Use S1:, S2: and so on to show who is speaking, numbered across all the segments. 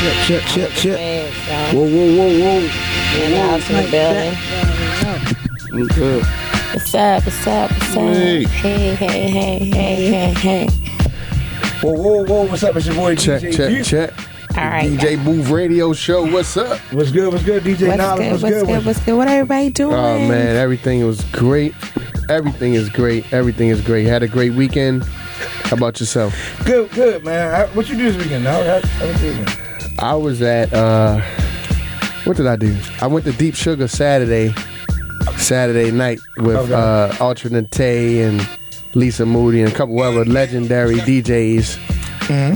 S1: Shit, shit, shit, shit.
S2: Feds,
S1: Whoa,
S2: y'all.
S1: whoa, whoa, whoa.
S2: In the house, in the building.
S1: I'm good.
S2: What's up? What's up? What's up?
S1: Hey.
S2: Hey, hey, hey, hey, hey, hey.
S1: Whoa, whoa, whoa. What's up? It's your boy
S3: Check,
S1: DJ
S3: check,
S1: Duke.
S3: check.
S2: All right.
S3: DJ Move Radio Show. What's up?
S1: What's good? What's good? DJ
S2: What's
S1: Knowledge.
S2: good? What's good? What's good? What everybody doing?
S3: Oh man, everything was great. Everything is great. Everything is great. Had a great weekend. How about yourself?
S1: Good, good, man. I, what you do this weekend? Now, how, how was your weekend?
S3: I was at uh what did I do? I went to Deep Sugar Saturday Saturday night with
S1: Okay.
S3: uh Alternate and Lisa Moody and a couple other legendary DJs.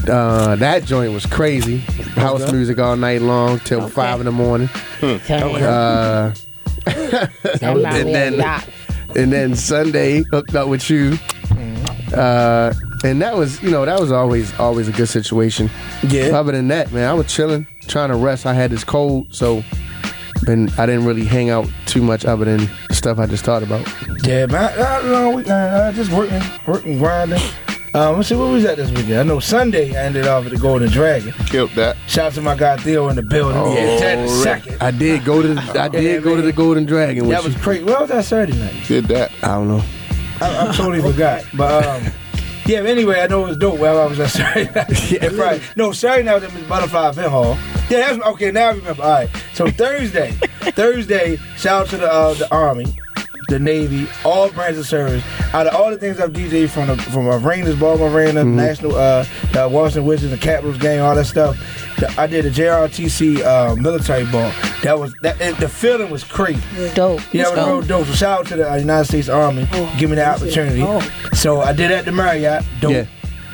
S3: Uh, that joint was crazy. House music all night long till
S2: Okay.
S3: five in the morning. Uh,
S2: that
S3: was- and then- and then Sunday hooked up with you. Uh, and that was, you know, that was always always a good situation.
S1: Yeah.
S3: Other than that, man, I was chilling, trying to rest. I had this cold, so been I didn't really hang out too much other than the stuff I just thought about.
S1: Yeah, man. I, I don't know. We, uh, just working, working, grinding. Um, let's see what was that this weekend. I know Sunday I ended off at the Golden Dragon.
S4: Killed that.
S1: Shout out to my guy Theo in the building.
S3: Oh,
S1: yeah, ten
S4: right.
S1: second.
S3: I did go to the, I did go to the Golden Dragon. Which
S1: That was crazy. Well, was that Saturday night?
S4: Did that.
S3: I don't know.
S1: I, I totally forgot. But um, yeah. but Anyway, I know it was dope. Well, I was at Saturday night.
S3: Yeah.
S1: And Friday. No, Saturday night was at Miss Butterfly Event Hall. Yeah, that's okay. Now I remember. All right. So Thursday, Thursday. Shout out to the uh, the Army, the Navy, all branches of service. Out of all the things I've DJed from the, from my Rangers, Baltimore Rangers, National, uh, the Washington Wizards, the Capitals game, all that stuff. the- I did the JRTC uh, military ball. That was that. It, the feeling was crazy.
S2: Dope.
S1: Yeah,
S2: Let's
S1: it was real
S2: go.
S1: dope. So shout out to the uh, United States Army. Give me the opportunity.
S2: Oh.
S1: So I did that at the Marriott. Dope.
S3: Yeah.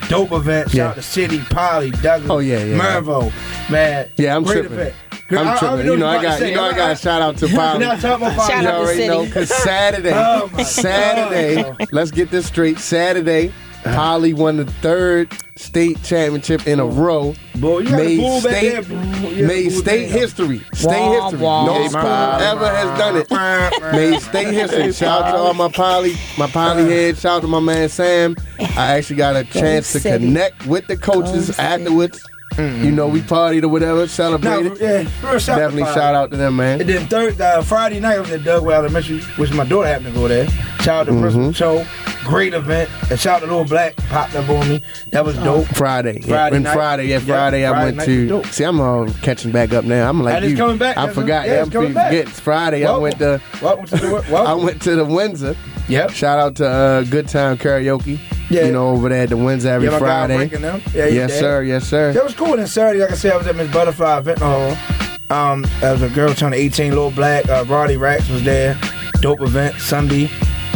S1: Dope event. Shout
S3: Yeah.
S1: out to City, Polly, Douglas,
S3: Oh, yeah, yeah.
S1: Mervo. Man.
S3: Yeah, I'm
S1: great
S3: tripping.
S1: Event.
S3: I'm tripping. You know I got you know I got a shout out to
S1: You're
S3: Bobby.
S1: not talking about
S2: Shout
S1: Polly.
S3: You
S2: out to
S3: already
S2: City.
S3: know, 'cause Saturday,
S1: Oh, my
S3: Saturday,
S1: God. Uh-huh.
S3: let's get this straight. Saturday, Holly won the third state championship in a row.
S1: Boy, you got a
S3: made
S1: bull back
S3: state,
S1: there, bro. You got a
S3: made
S1: bull
S3: state
S1: back there.
S3: history. State
S2: Wah,
S3: history.
S2: wah,
S3: no
S2: wah.
S3: school ever has done it. made state history. Shout out to all my poly, my
S1: Uh-huh.
S3: poly head. Shout out to my man Sam. I actually got a chance to
S2: City.
S3: connect with the coaches
S2: City.
S3: afterwards. You know, we partied or whatever,
S1: Nah,
S3: celebrated.
S1: yeah, real shout out to
S3: Definitely
S1: Polly.
S3: shout out to them, man.
S1: And then third, uh, Friday night I was at Dugwell Elementary, which my daughter happened to go there. Shout out to
S3: Mm-hmm.
S1: Principal Cho. Great event. And shout out to Little Black popped up on me. That was dope.
S3: Friday.
S1: Friday
S3: yeah. And
S1: night.
S3: Friday, yeah,
S1: Yeah,
S3: Friday I
S1: Friday
S3: went
S1: night
S3: to.
S1: was dope.
S3: See, I'm all catching back up now. I'm like,
S1: And it's
S3: you,
S1: coming back.
S3: I
S1: That's what-
S3: forgot.
S1: yeah,
S3: Yeah,
S1: it's
S3: I'm
S1: coming back.
S3: forgetting. It's Friday. I went to.
S1: Welcome. Welcome to the welcome.
S3: I went to the Windsor.
S1: Yep.
S3: Shout out to uh, Good Time Karaoke.
S1: Yeah.
S3: You know, over there at the Windsor every
S1: Yeah, my guy
S3: Friday.
S1: breaking them. Yeah, he
S3: yes,
S1: did.
S3: sir. Yes,
S1: That
S3: sir.
S1: was cool. And then Saturday, like I said, I was at Miss Butterfly Event Hall. Um, there was a girl turning 18, little black. Uh, Roddy Rax was there. Dope event Sunday.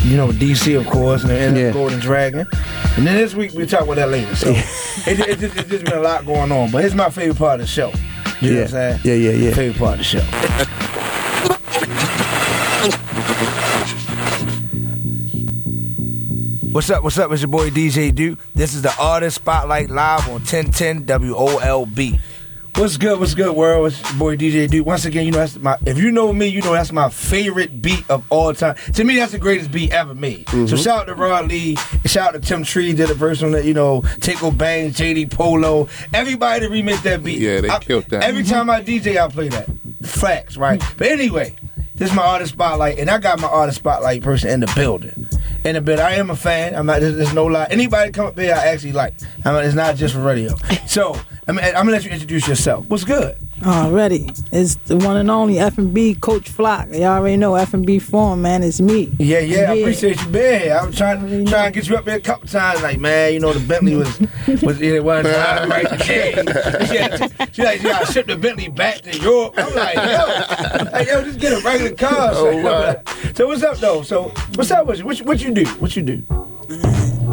S1: You know, DC, of course, and then
S3: Yeah.
S1: yeah. Golden Dragon. And then this week, we talk about that later. So it, it, just, it's just been a lot going on. But it's my favorite part of the show. You know what I'm
S3: yeah.
S1: saying?
S3: yeah, yeah, yeah.
S1: Favorite part of the show. What's up? What's up? It's your boy DJ Duke. This is the Artist Spotlight Live on 1010 WOLB. What's good? What's good, world? It's your boy DJ Duke. Once again, you know that's my. If you know me, you know that's my favorite beat of all time. To me, that's the greatest beat ever made. So shout out to Rod Lee. Shout out to Tim Tree did a verse on that. You know, Tickle Bang, JD Polo, everybody that remixed that beat.
S4: Yeah, they
S1: I-
S4: killed that.
S1: Every time I DJ, I play that. Facts, right? But anyway, this is my artist spotlight, and I got my artist spotlight person in the building. In the building, I am a fan. I'm not. There's, there's no lie. Anybody come up here, I actually like. I mean, it's not just for radio. So I'm, I'm gonna let you introduce yourself. What's good?
S5: Already, it's the one and only F and B Coach Flock. Y'all already know F and B form, man. It's me.
S1: Yeah, yeah, I appreciate you being here. I was trying, trying to get you up here a couple times. Like, man, you know, the Bentley was, was it wasn't out right there. She, had- she like, yeah, I shipped the Bentley back to Europe. I'm like, yo, like, yo just get a regular car.
S4: Oh, wow.
S1: So what's up though? So what's up with you? What, you- what you do? What you do?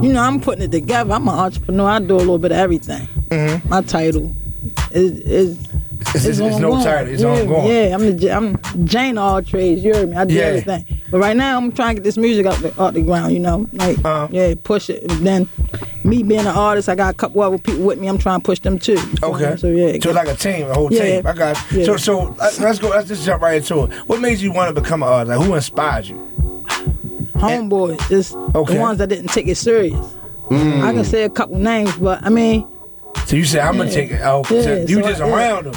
S5: You know, I'm putting it together. I'm an entrepreneur. I do a little bit of everything. My title is is.
S1: Mm-hmm. It's, it's, it's no
S5: ongoing.
S1: title. It's
S5: yeah,
S1: ongoing.
S5: Yeah, I'm the J- I'm Jane of all trades. You heard me. I do
S1: Yeah.
S5: everything. But right now, I'm trying to get this music out the, out the ground. You know, like
S1: Uh-huh.
S5: yeah, push it. And then me being an artist, I got a couple other people with me. I'm trying to push them too. You feel
S1: Okay.
S5: me? So yeah,
S1: So like a team, a whole
S5: Yeah.
S1: team. I got.
S5: Yeah.
S1: So so uh, let's go. Let's just jump right into it. What made you want to become an artist? Like, who inspired you?
S5: homeboys, just
S1: Okay. Hmm.
S5: the ones that didn't take it serious. I can say a couple names, but I mean,
S1: So you said I'm gonna take an L.
S5: Yeah,
S1: so you
S5: so
S1: just
S5: I-
S1: around him.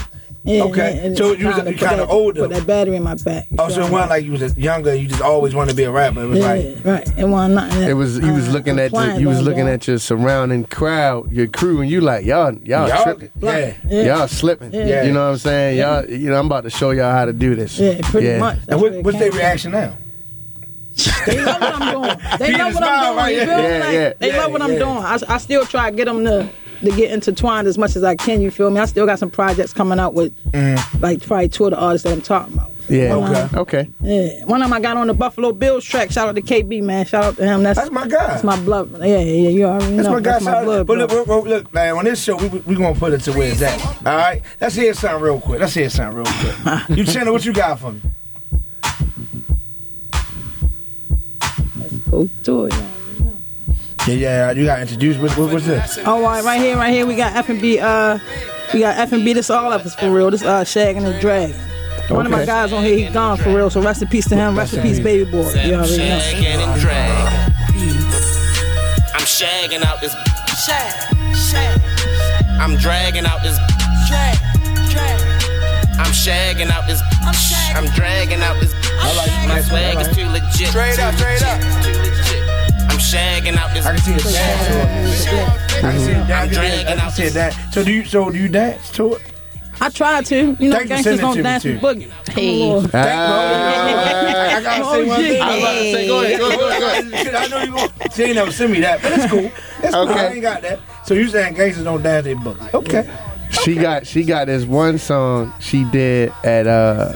S5: Yeah,
S1: Okay,
S5: yeah, and
S1: so
S5: it's
S1: you was-
S5: kinda
S1: you
S5: put
S1: kinda
S5: that-
S1: older.
S5: Put that battery in my back.
S1: Oh, so it wasn't like you was younger. You just always wanted to be a rapper. It was
S5: yeah,
S1: like
S5: right. It wasn't nothing. that uh,
S3: It was you was
S5: I-
S3: looking
S5: I
S3: at your,
S5: planned
S3: you was
S5: on
S3: looking
S5: doing.
S3: at your surrounding crowd, your crew, and you like y'all y'all,
S1: y'all,
S3: tripping.
S1: yeah.
S5: Yeah.
S3: Y'all slipping.
S5: Yeah.
S3: You know what I'm saying? Y'all, you know, I'm about to show y'all how to do this.
S5: Yeah, pretty much. That's
S1: And
S5: where
S1: what,
S5: it
S1: what's
S5: came
S1: their
S5: from.
S1: reaction now?
S5: They love what I'm doing. They
S1: Peter
S5: love what
S1: smile,
S5: I'm
S1: right?
S5: doing. You
S1: Yeah.
S5: feel me?
S3: Yeah,
S5: Like,
S3: yeah.
S5: They
S1: Yeah,
S5: love what I'm
S1: yeah.
S5: doing. I, I still try to get them to to get intertwined as much as I can. You feel me? I still got some projects coming out with
S1: Mm.
S5: like probably two of the artists that I'm talking about.
S3: Yeah.
S1: Okay.
S3: Okay.
S5: Yeah, one of them I got on the Buffalo Bills track. Shout out to KB man. Shout out to him. That's,
S1: That's my guy.
S5: That's my blood. Yeah, yeah, yeah. You already
S1: That's
S5: know.
S1: my guy.
S5: that's my
S1: shout out.
S5: blood.
S1: But look,
S5: brother.
S1: look, look, look, man, on this show, we we we gonna put it to where it's at. All right, let's hear something real quick. Let's hear something real quick. you channel, what you got for me?
S5: Go to it. yeah.
S1: Yeah, yeah, you got introduced. What, what, what's this?
S5: All right, right here, right here. We got F and B. Uh, we got F and B. This all of us for real. This uh, Shag and the Drag. One of my
S3: Okay.
S5: guys on here, he gone for real. So rest in peace to him. Rest in peace, baby boy. You already know.
S4: shagging and drag. I'm shagging out this. Mm. Shag, shag. I'm dragging out this. Drag, drag. I'm shagging out this. I'm, I'm dragging out this.
S1: like
S4: My
S1: that.
S4: swag
S1: I
S4: is
S1: like
S4: too legit. Straight up, straight up. Too legit. I'm shagging out this.
S1: I can see a dance to it. I can
S4: I'm
S1: see a dance. I can see a- I
S4: dragging
S1: can
S4: out
S1: see a
S4: this.
S1: dance. So do you? So do you dance to it?
S5: I tried to. You know,
S1: Thank you for
S5: gangsters
S1: sending it
S5: don't
S1: to me,
S5: dance
S1: too.
S5: with boogie.
S2: Hey.
S5: Come on.
S3: Ah.
S1: I gotta say one
S5: I
S1: thing.
S5: was about
S2: to say, go
S1: ahead, go ahead, go ahead. I know you won't. She ain't never send me that, but it's cool. It's cool. I
S3: Okay.
S1: ain't got that. So you saying gangsters don't dance their books? Okay.
S3: She got she got this one song she did at uh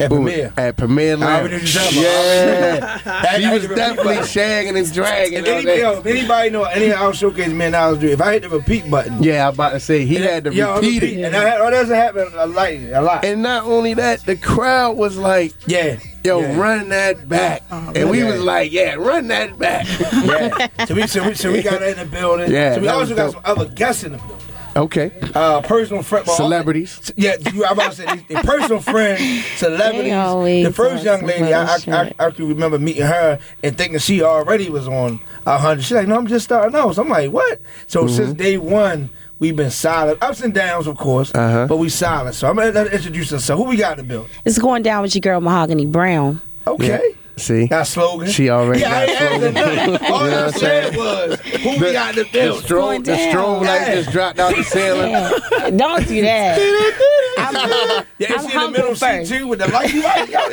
S1: At
S3: ooh,
S1: premiere.
S3: at Premier
S1: I
S3: Lounge.
S1: already knew what you're
S3: Yeah.
S1: talking That-
S3: Uh, she
S1: I
S3: was
S1: had to
S3: definitely
S1: repeat
S3: shagging and dragging.
S1: If
S3: all
S1: anybody,
S3: that.
S1: yo, if anybody know any of our showcase man I was doing, if I hit the repeat button,
S3: Yeah, I'm about to say he had to
S1: yo, I
S3: repeat it.
S1: and I had, oh, that's happened a lot, a lot.
S3: And not only that, the crowd was like,
S1: yeah,
S3: "Yo,
S1: yeah. Uh-huh.
S3: run that back," and we
S1: yeah.
S3: was like, "Yeah, run that back."
S1: Yeah. so we, so we, so we got that in the building.
S3: Yeah,
S1: So we
S3: that
S1: also
S3: was
S1: got
S3: dope.
S1: some other guests in the building.
S3: okay,
S1: Uh, personal friend, well,
S3: celebrities.
S1: Yeah, you, I'm about to say they- they personal friends, celebrities.
S2: They always
S1: The first
S2: on
S1: young
S2: some
S1: lady, I, I,
S2: bullshit.
S1: I, I can remember meeting her and thinking she already was on a hundred. She's like, "No, I'm just starting out." So I'm like, "What?" So
S3: Mm-hmm.
S1: since day one, we've been solid, ups and downs, of course,
S3: Uh-huh.
S1: but we solid. So I'm gonna let her introduce us. So who we got in the building?
S2: It's going down with your girl Mahogany Brown.
S1: Okay.
S3: See,
S1: Got a slogan.
S3: She already
S1: yeah,
S3: got
S1: I ain't
S3: slogan.
S1: asking nothing. All
S3: You know
S1: I
S3: what I'm
S1: said
S3: saying?
S1: was, who we got in the
S3: the
S1: building?
S3: strobe, the
S2: down.
S3: strobe light
S1: Yeah.
S3: just dropped out the ceiling.
S2: Yeah. Don't do that. I'm,
S1: Yeah,
S2: I'm
S1: she in the
S2: humble
S1: middle
S2: first.
S1: seat too with the light. You right? Yo,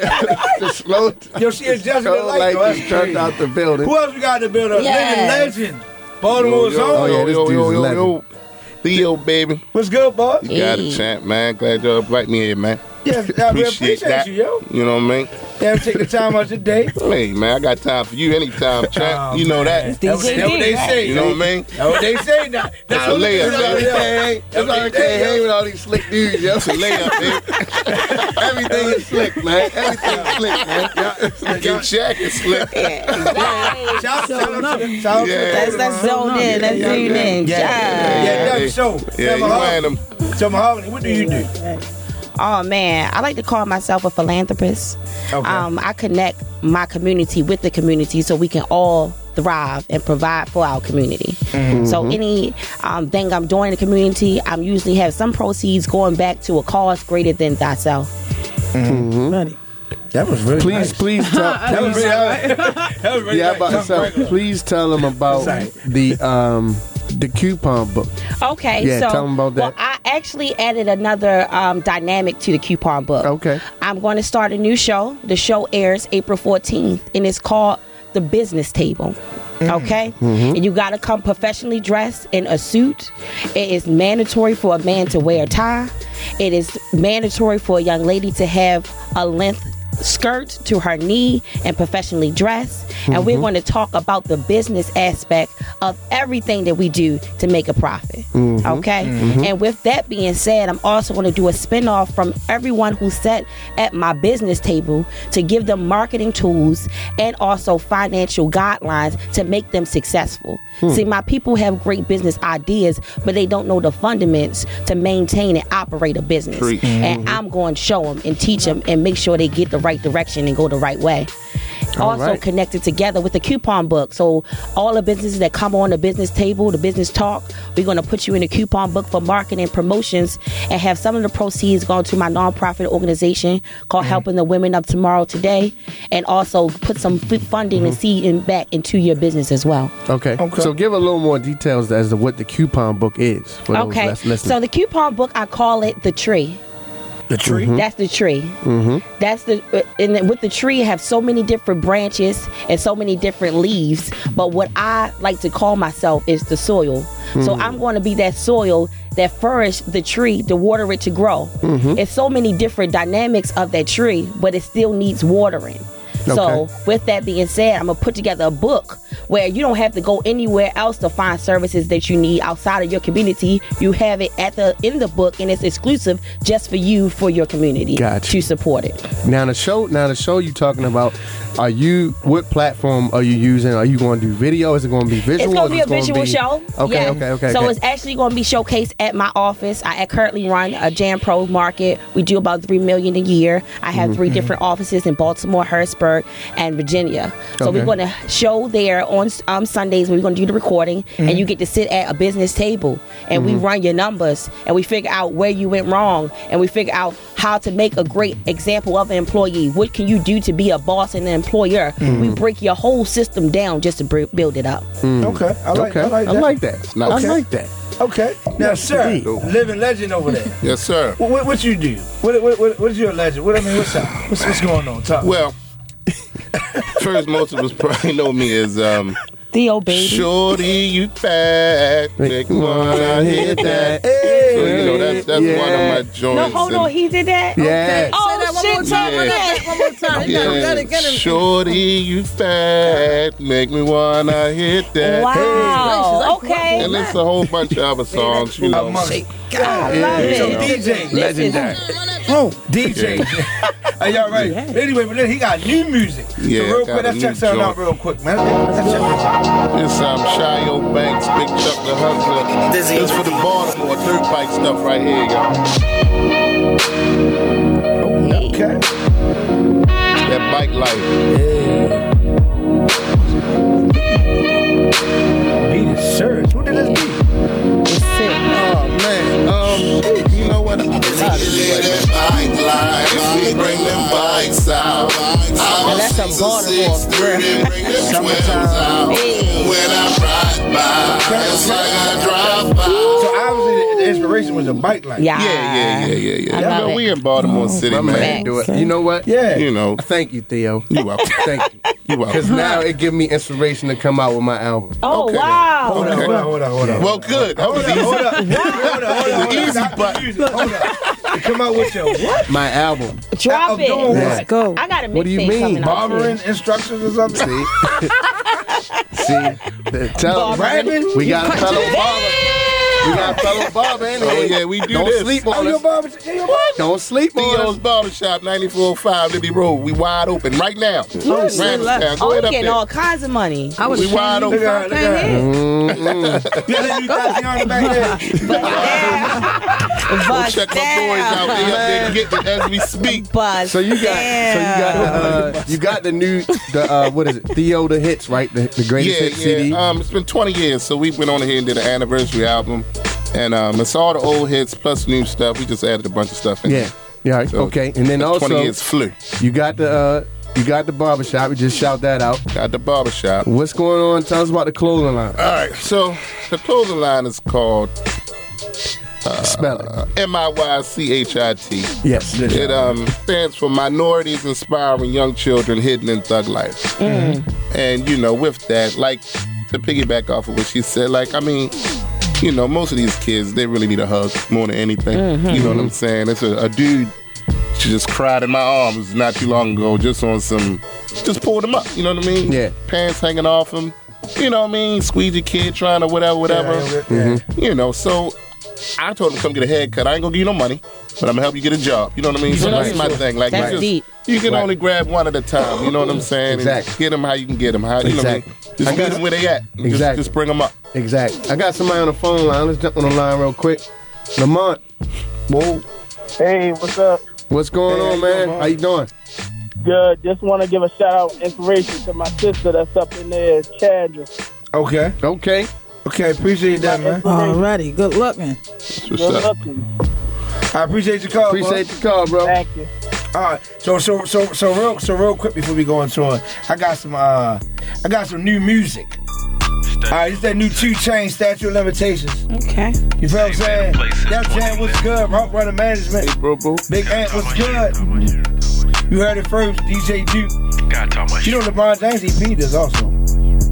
S3: the slow,
S1: Yo, she adjusted the
S3: strobe
S1: light.
S3: light
S1: yo, that's
S3: just dropped
S1: crazy.
S3: out the building.
S1: Who else we got in the building?
S2: Yeah.
S1: Living legend. Baltimore's own.
S3: Oh, yeah, this dude's legend.
S6: Leo, baby.
S1: What's good, boy?
S6: You got a
S2: Hey.
S6: champ, man. Glad y'all invite me here, man.
S1: Yes, I we appreciate you, yo.
S6: You know what I mean?
S1: Damn, take the time out your day.
S6: Hey, man, I got time for you anytime, champ.
S1: Oh,
S6: you know
S1: man.
S6: that.
S1: That's what, that's what they say.
S6: You know what I mean?
S1: That's what they say now.
S6: That's a layup, baby.
S3: That's why I can't hang with all these slick dudes, yo.
S6: That's a layup, baby.
S3: Everything is slick, man. Everything is slick, man.
S6: Your jack is slick.
S1: Shout shout out to shout out to
S6: Yeah.
S2: That's that's zoned in. That's
S1: Yeah,
S2: zoned in.
S1: Yeah, yeah,
S2: Yeah.
S1: yeah,
S6: Yeah.
S1: yeah. So,
S6: Yeah, you
S1: Mahogany-
S6: wearing them.
S1: So, Mahogany, what do you do?
S2: Oh man, I like to call myself a philanthropist.
S1: Okay.
S2: Um, I connect my community with the community so we can all thrive and provide for our community. So any um, thing I'm doing in the community, I'm usually have some proceeds going back to a cause greater than thyself.
S5: Ready.
S1: That was really
S3: Please, please
S1: That
S3: tell.
S1: was really That was really
S3: Yeah,
S1: nice.
S3: I'm about to
S1: Something
S3: say,
S1: regular.
S3: please tell them about
S1: Sorry.
S3: the um the coupon book.
S2: Okay,
S3: Yeah,
S2: so
S3: tell 'em about
S2: well,
S3: that.
S2: I actually added another um, dynamic to the coupon book.
S3: Okay.
S2: I'm going to start a new show. The show airs April 14th, and it's called The Business Table.
S3: Mm.
S2: Okay,
S3: Mm-hmm.
S2: and you got to come professionally dressed in a suit. It is mandatory for a man to wear a tie. It is mandatory for a young lady to have a length skirt to her knee and professionally dressed. And we're going to talk about the business aspect of everything that we do to make a profit. Okay? And with that being said, I'm also going to do a spinoff from everyone who sat at my business table to give them marketing tools and also financial guidelines to make them successful. See, my people have great business ideas, but they don't know the fundaments to maintain and operate a business.
S6: Preach.
S3: Mm-hmm.
S2: And I'm going to show them and teach them and make sure they get the right direction and go the right way. also
S3: right.
S2: connected together with the coupon book. So all the businesses that come on the business table, the business talk, we're going to put you in the coupon book for marketing promotions and have some of the proceeds go to my nonprofit organization
S3: Mm-hmm.
S2: called Helping the Women of Tomorrow Today, and also put some f- funding
S3: Mm-hmm.
S2: and seed in back into your business as well.
S3: Okay.
S1: Okay.
S3: So give a little more details as to what the coupon book is for those
S2: Okay,
S3: that's listening.
S2: so the coupon book I call it the tree.
S1: The tree.
S2: That's the tree. That's the uh, and then with the tree have so many different branches and so many different leaves. But what I like to call myself is the soil. So
S3: Hmm.
S2: I'm going to be that soil that furnish the tree to water it to grow.
S3: Mm-hmm.
S2: It's so many different dynamics of that tree, but it still needs watering. So,
S3: Okay.
S2: with that being said, I'm gonna put together a book where you don't have to go anywhere else to find services that you need outside of your community. You have it at the in the book, and it's exclusive just for you for your community
S3: Gotcha.
S2: to support it.
S3: now the show, now the show you talking about, are you what platform are you using? Are you going to do video? Is it going to be visual?
S2: It's
S3: or
S2: gonna be a
S3: is it
S2: visual
S3: be-
S2: show.
S3: Okay,
S2: Yeah.
S3: okay, okay.
S2: So
S3: okay.
S2: it's actually gonna be showcased at my office. I I currently run a Jam Pro Market. We do about three million a year. I have three
S3: Mm-hmm.
S2: different offices in Baltimore, Harrisburg, and Virginia. So
S3: Okay.
S2: we're gonna show there on um, Sundays. We're gonna do the recording,
S3: Mm-hmm.
S2: and you get to sit at a business table, and we run your numbers, and we figure out where you went wrong, and we figure out how to make a great example of an employee. What can you do to be a boss and an employer? We
S3: Mm-hmm.
S2: break your whole system down just to br- build it up.
S1: Okay. I like.
S3: okay.
S1: I like that.
S3: that.
S6: nice.
S3: I
S6: Okay.
S3: like that.
S1: Okay. Now, sir,
S3: indeed.
S1: living legend over there.
S6: Yes, sir.
S1: What, what, what you do? What, what, what, what's your legend? What I mean, what's up? What's, what's going on? Talk.
S6: Well, first, most of us probably know me as um,
S2: Theo, baby.
S6: Shorty, you fat. Make wanna hit that.
S1: Hey.
S6: So, you know, that's, that's
S3: Yeah.
S6: one of my
S2: No,
S6: joints.
S2: hold on.
S6: and-
S2: He did that.
S3: Yeah.
S2: Oh shit!
S6: time.
S2: Tom,
S6: Yeah.
S2: look at-
S5: One more time. You gotta-
S6: Yeah.
S5: gotta get him.
S6: Shorty, you fat. Make me wanna hit that.
S2: Wow.
S5: Hey.
S2: Okay.
S6: And it's a whole bunch of other songs, you know.
S1: Amongst-
S2: I love
S1: He's
S2: it.
S1: your DJ.
S3: Legendary.
S1: DJ. Are y'all ready? Anyway, but then he got new music.
S6: Yeah,
S1: so real
S6: got a
S1: quick, let's
S6: new
S1: check something out
S6: joint.
S1: real quick, man. Let's check this out.
S6: This um, Shio Banks, Big Chuck the Hustler. This is for the Baltimore dirt bike stuff right here, y'all.
S1: Okay.
S6: That bike life.
S1: Beat is serious. What did this beat?
S6: Oh man, um, you know what? I that bike life. We bring them bikes out.
S2: Now that's a Baltimore.
S6: bring them twins out.
S2: Hey.
S6: When I ride by, it's like I drive by.
S1: So obviously, the, the inspiration was a bike life.
S2: Yeah.
S6: Yeah, yeah, yeah, yeah, yeah.
S2: I
S6: You
S2: love
S6: know,
S2: it.
S6: we in Baltimore City,
S3: My man,
S6: man.
S3: do it.
S2: Thanks.
S3: You know what?
S1: Yeah.
S6: You know,
S3: Thank you, Theo.
S6: you welcome.
S3: Thank you.
S6: You welcome.
S3: Because now it give me inspiration to come out with my album.
S2: Oh
S6: Okay.
S1: Hold
S2: wow.
S1: on,
S6: Okay.
S1: hold on, hold on, hold on.
S6: Well, good. That was
S1: Hold up,
S6: easy.
S1: hold up, hold up, hold up, hold up.
S6: The easy
S1: Stop
S6: button.
S1: using it. Hold up. Come out with your what?
S3: My album.
S1: I'm
S2: Drop it.
S1: doing what?
S2: Let's go. I got a mixtape
S3: What do you mean,
S2: coming out, too.
S1: Barbering instructions or something?
S3: See? See? The- Tell
S1: Rapping?
S3: We got a fellow barber. We got a fellow barber in here.
S6: Oh, yeah, we do
S3: Don't
S6: this.
S3: sleep
S1: Oh,
S3: on
S1: your
S3: us.
S1: barber? Yeah, your barber?
S3: Don't sleep
S6: Theo's
S3: on us.
S6: Barbershop, 9405 Libby Road. We wide open right now. Ramstown. Go
S2: Oh,
S6: ahead
S2: you
S6: up
S2: getting
S6: there.
S2: all kinds of money.
S5: I was
S6: We
S5: ashamed
S6: wide
S5: you
S6: open.
S1: Look at her, Mm-hmm. look
S5: can't
S1: at
S5: hit.
S1: You you Tatiana back there?
S2: Bust
S6: Check my boys out. They up there getting it as we speak.
S2: Bust
S3: So you got, so you got, uh, you got the new, the uh, what is it? Theo the hits, right? The, the greatest
S6: Yeah,
S3: hit CD.
S6: yeah. Um, it's been 20 years, so we went on ahead and did an anniversary album. And um, it's all the old hits plus new stuff. We just added a bunch of stuff in
S3: yeah, yeah.
S6: So
S3: okay, and then
S6: the
S3: also
S6: 20 years flew.
S3: you got the, uh, you got the barbershop. We just shout that out.
S6: Got the barbershop.
S3: What's going on? Tell us about the clothing line.
S6: All right, so the clothing line is called uh,
S3: Spell it.
S6: M I Y C H I T.
S3: yes.
S6: It um, stands for Minorities Inspiring Young Children Hidden in Thug Life. Mm-hmm. And, you know, with that, like, to piggyback off of what she said, like, I mean, you know, most of these kids, they really need a hug more than anything. You know what I'm saying? It's a, a dude, she just cried in my arms not too long ago, just on some, just pulled him up. You know what I mean?
S3: Yeah.
S6: Pants hanging off him. You know what I mean? Squeeze your kid trying to whatever, whatever. You know, so I told him come get a haircut. I ain't gonna give you no money, but I'm gonna help you get a job. You know what I mean? So that's my thing. Like
S2: That's
S6: you, just-
S2: deep.
S6: you can only grab one at a time. You know what I'm saying? And
S3: Exactly.
S6: Get them how you can get them. How you
S3: Exactly.
S6: know what I mean?
S3: I
S6: Just
S3: got
S6: meet
S3: it.
S6: them where they at. Just-
S3: Exactly.
S6: Just, bring them up.
S3: Exactly. I got somebody on the phone line. Let's jump on the line real quick. Lamont. Whoa.
S7: Hey, what's up?
S3: What's going on, man? How you doing?
S7: Good. Just want to give a shout out inspiration to my sister that's up in there, Chandra.
S1: Okay.
S3: Okay.
S1: Okay. Appreciate that, man.
S5: Alrighty, good looking.
S6: What's
S7: Good
S6: up?
S7: looking.
S1: I appreciate your call. bro.
S3: Appreciate the call, bro.
S7: Thank you.
S1: All right, so so so so real so real quick before we go on tour, I got some uh I got some new music. All right, it's that new two chain statute of limitations.
S2: Okay.
S1: You feel what I'm saying? That jam was good. Rock running management.
S6: Bro, bro.
S1: Big Ant was good. You heard it first, DJ Duke. You know LeBron James EP does also.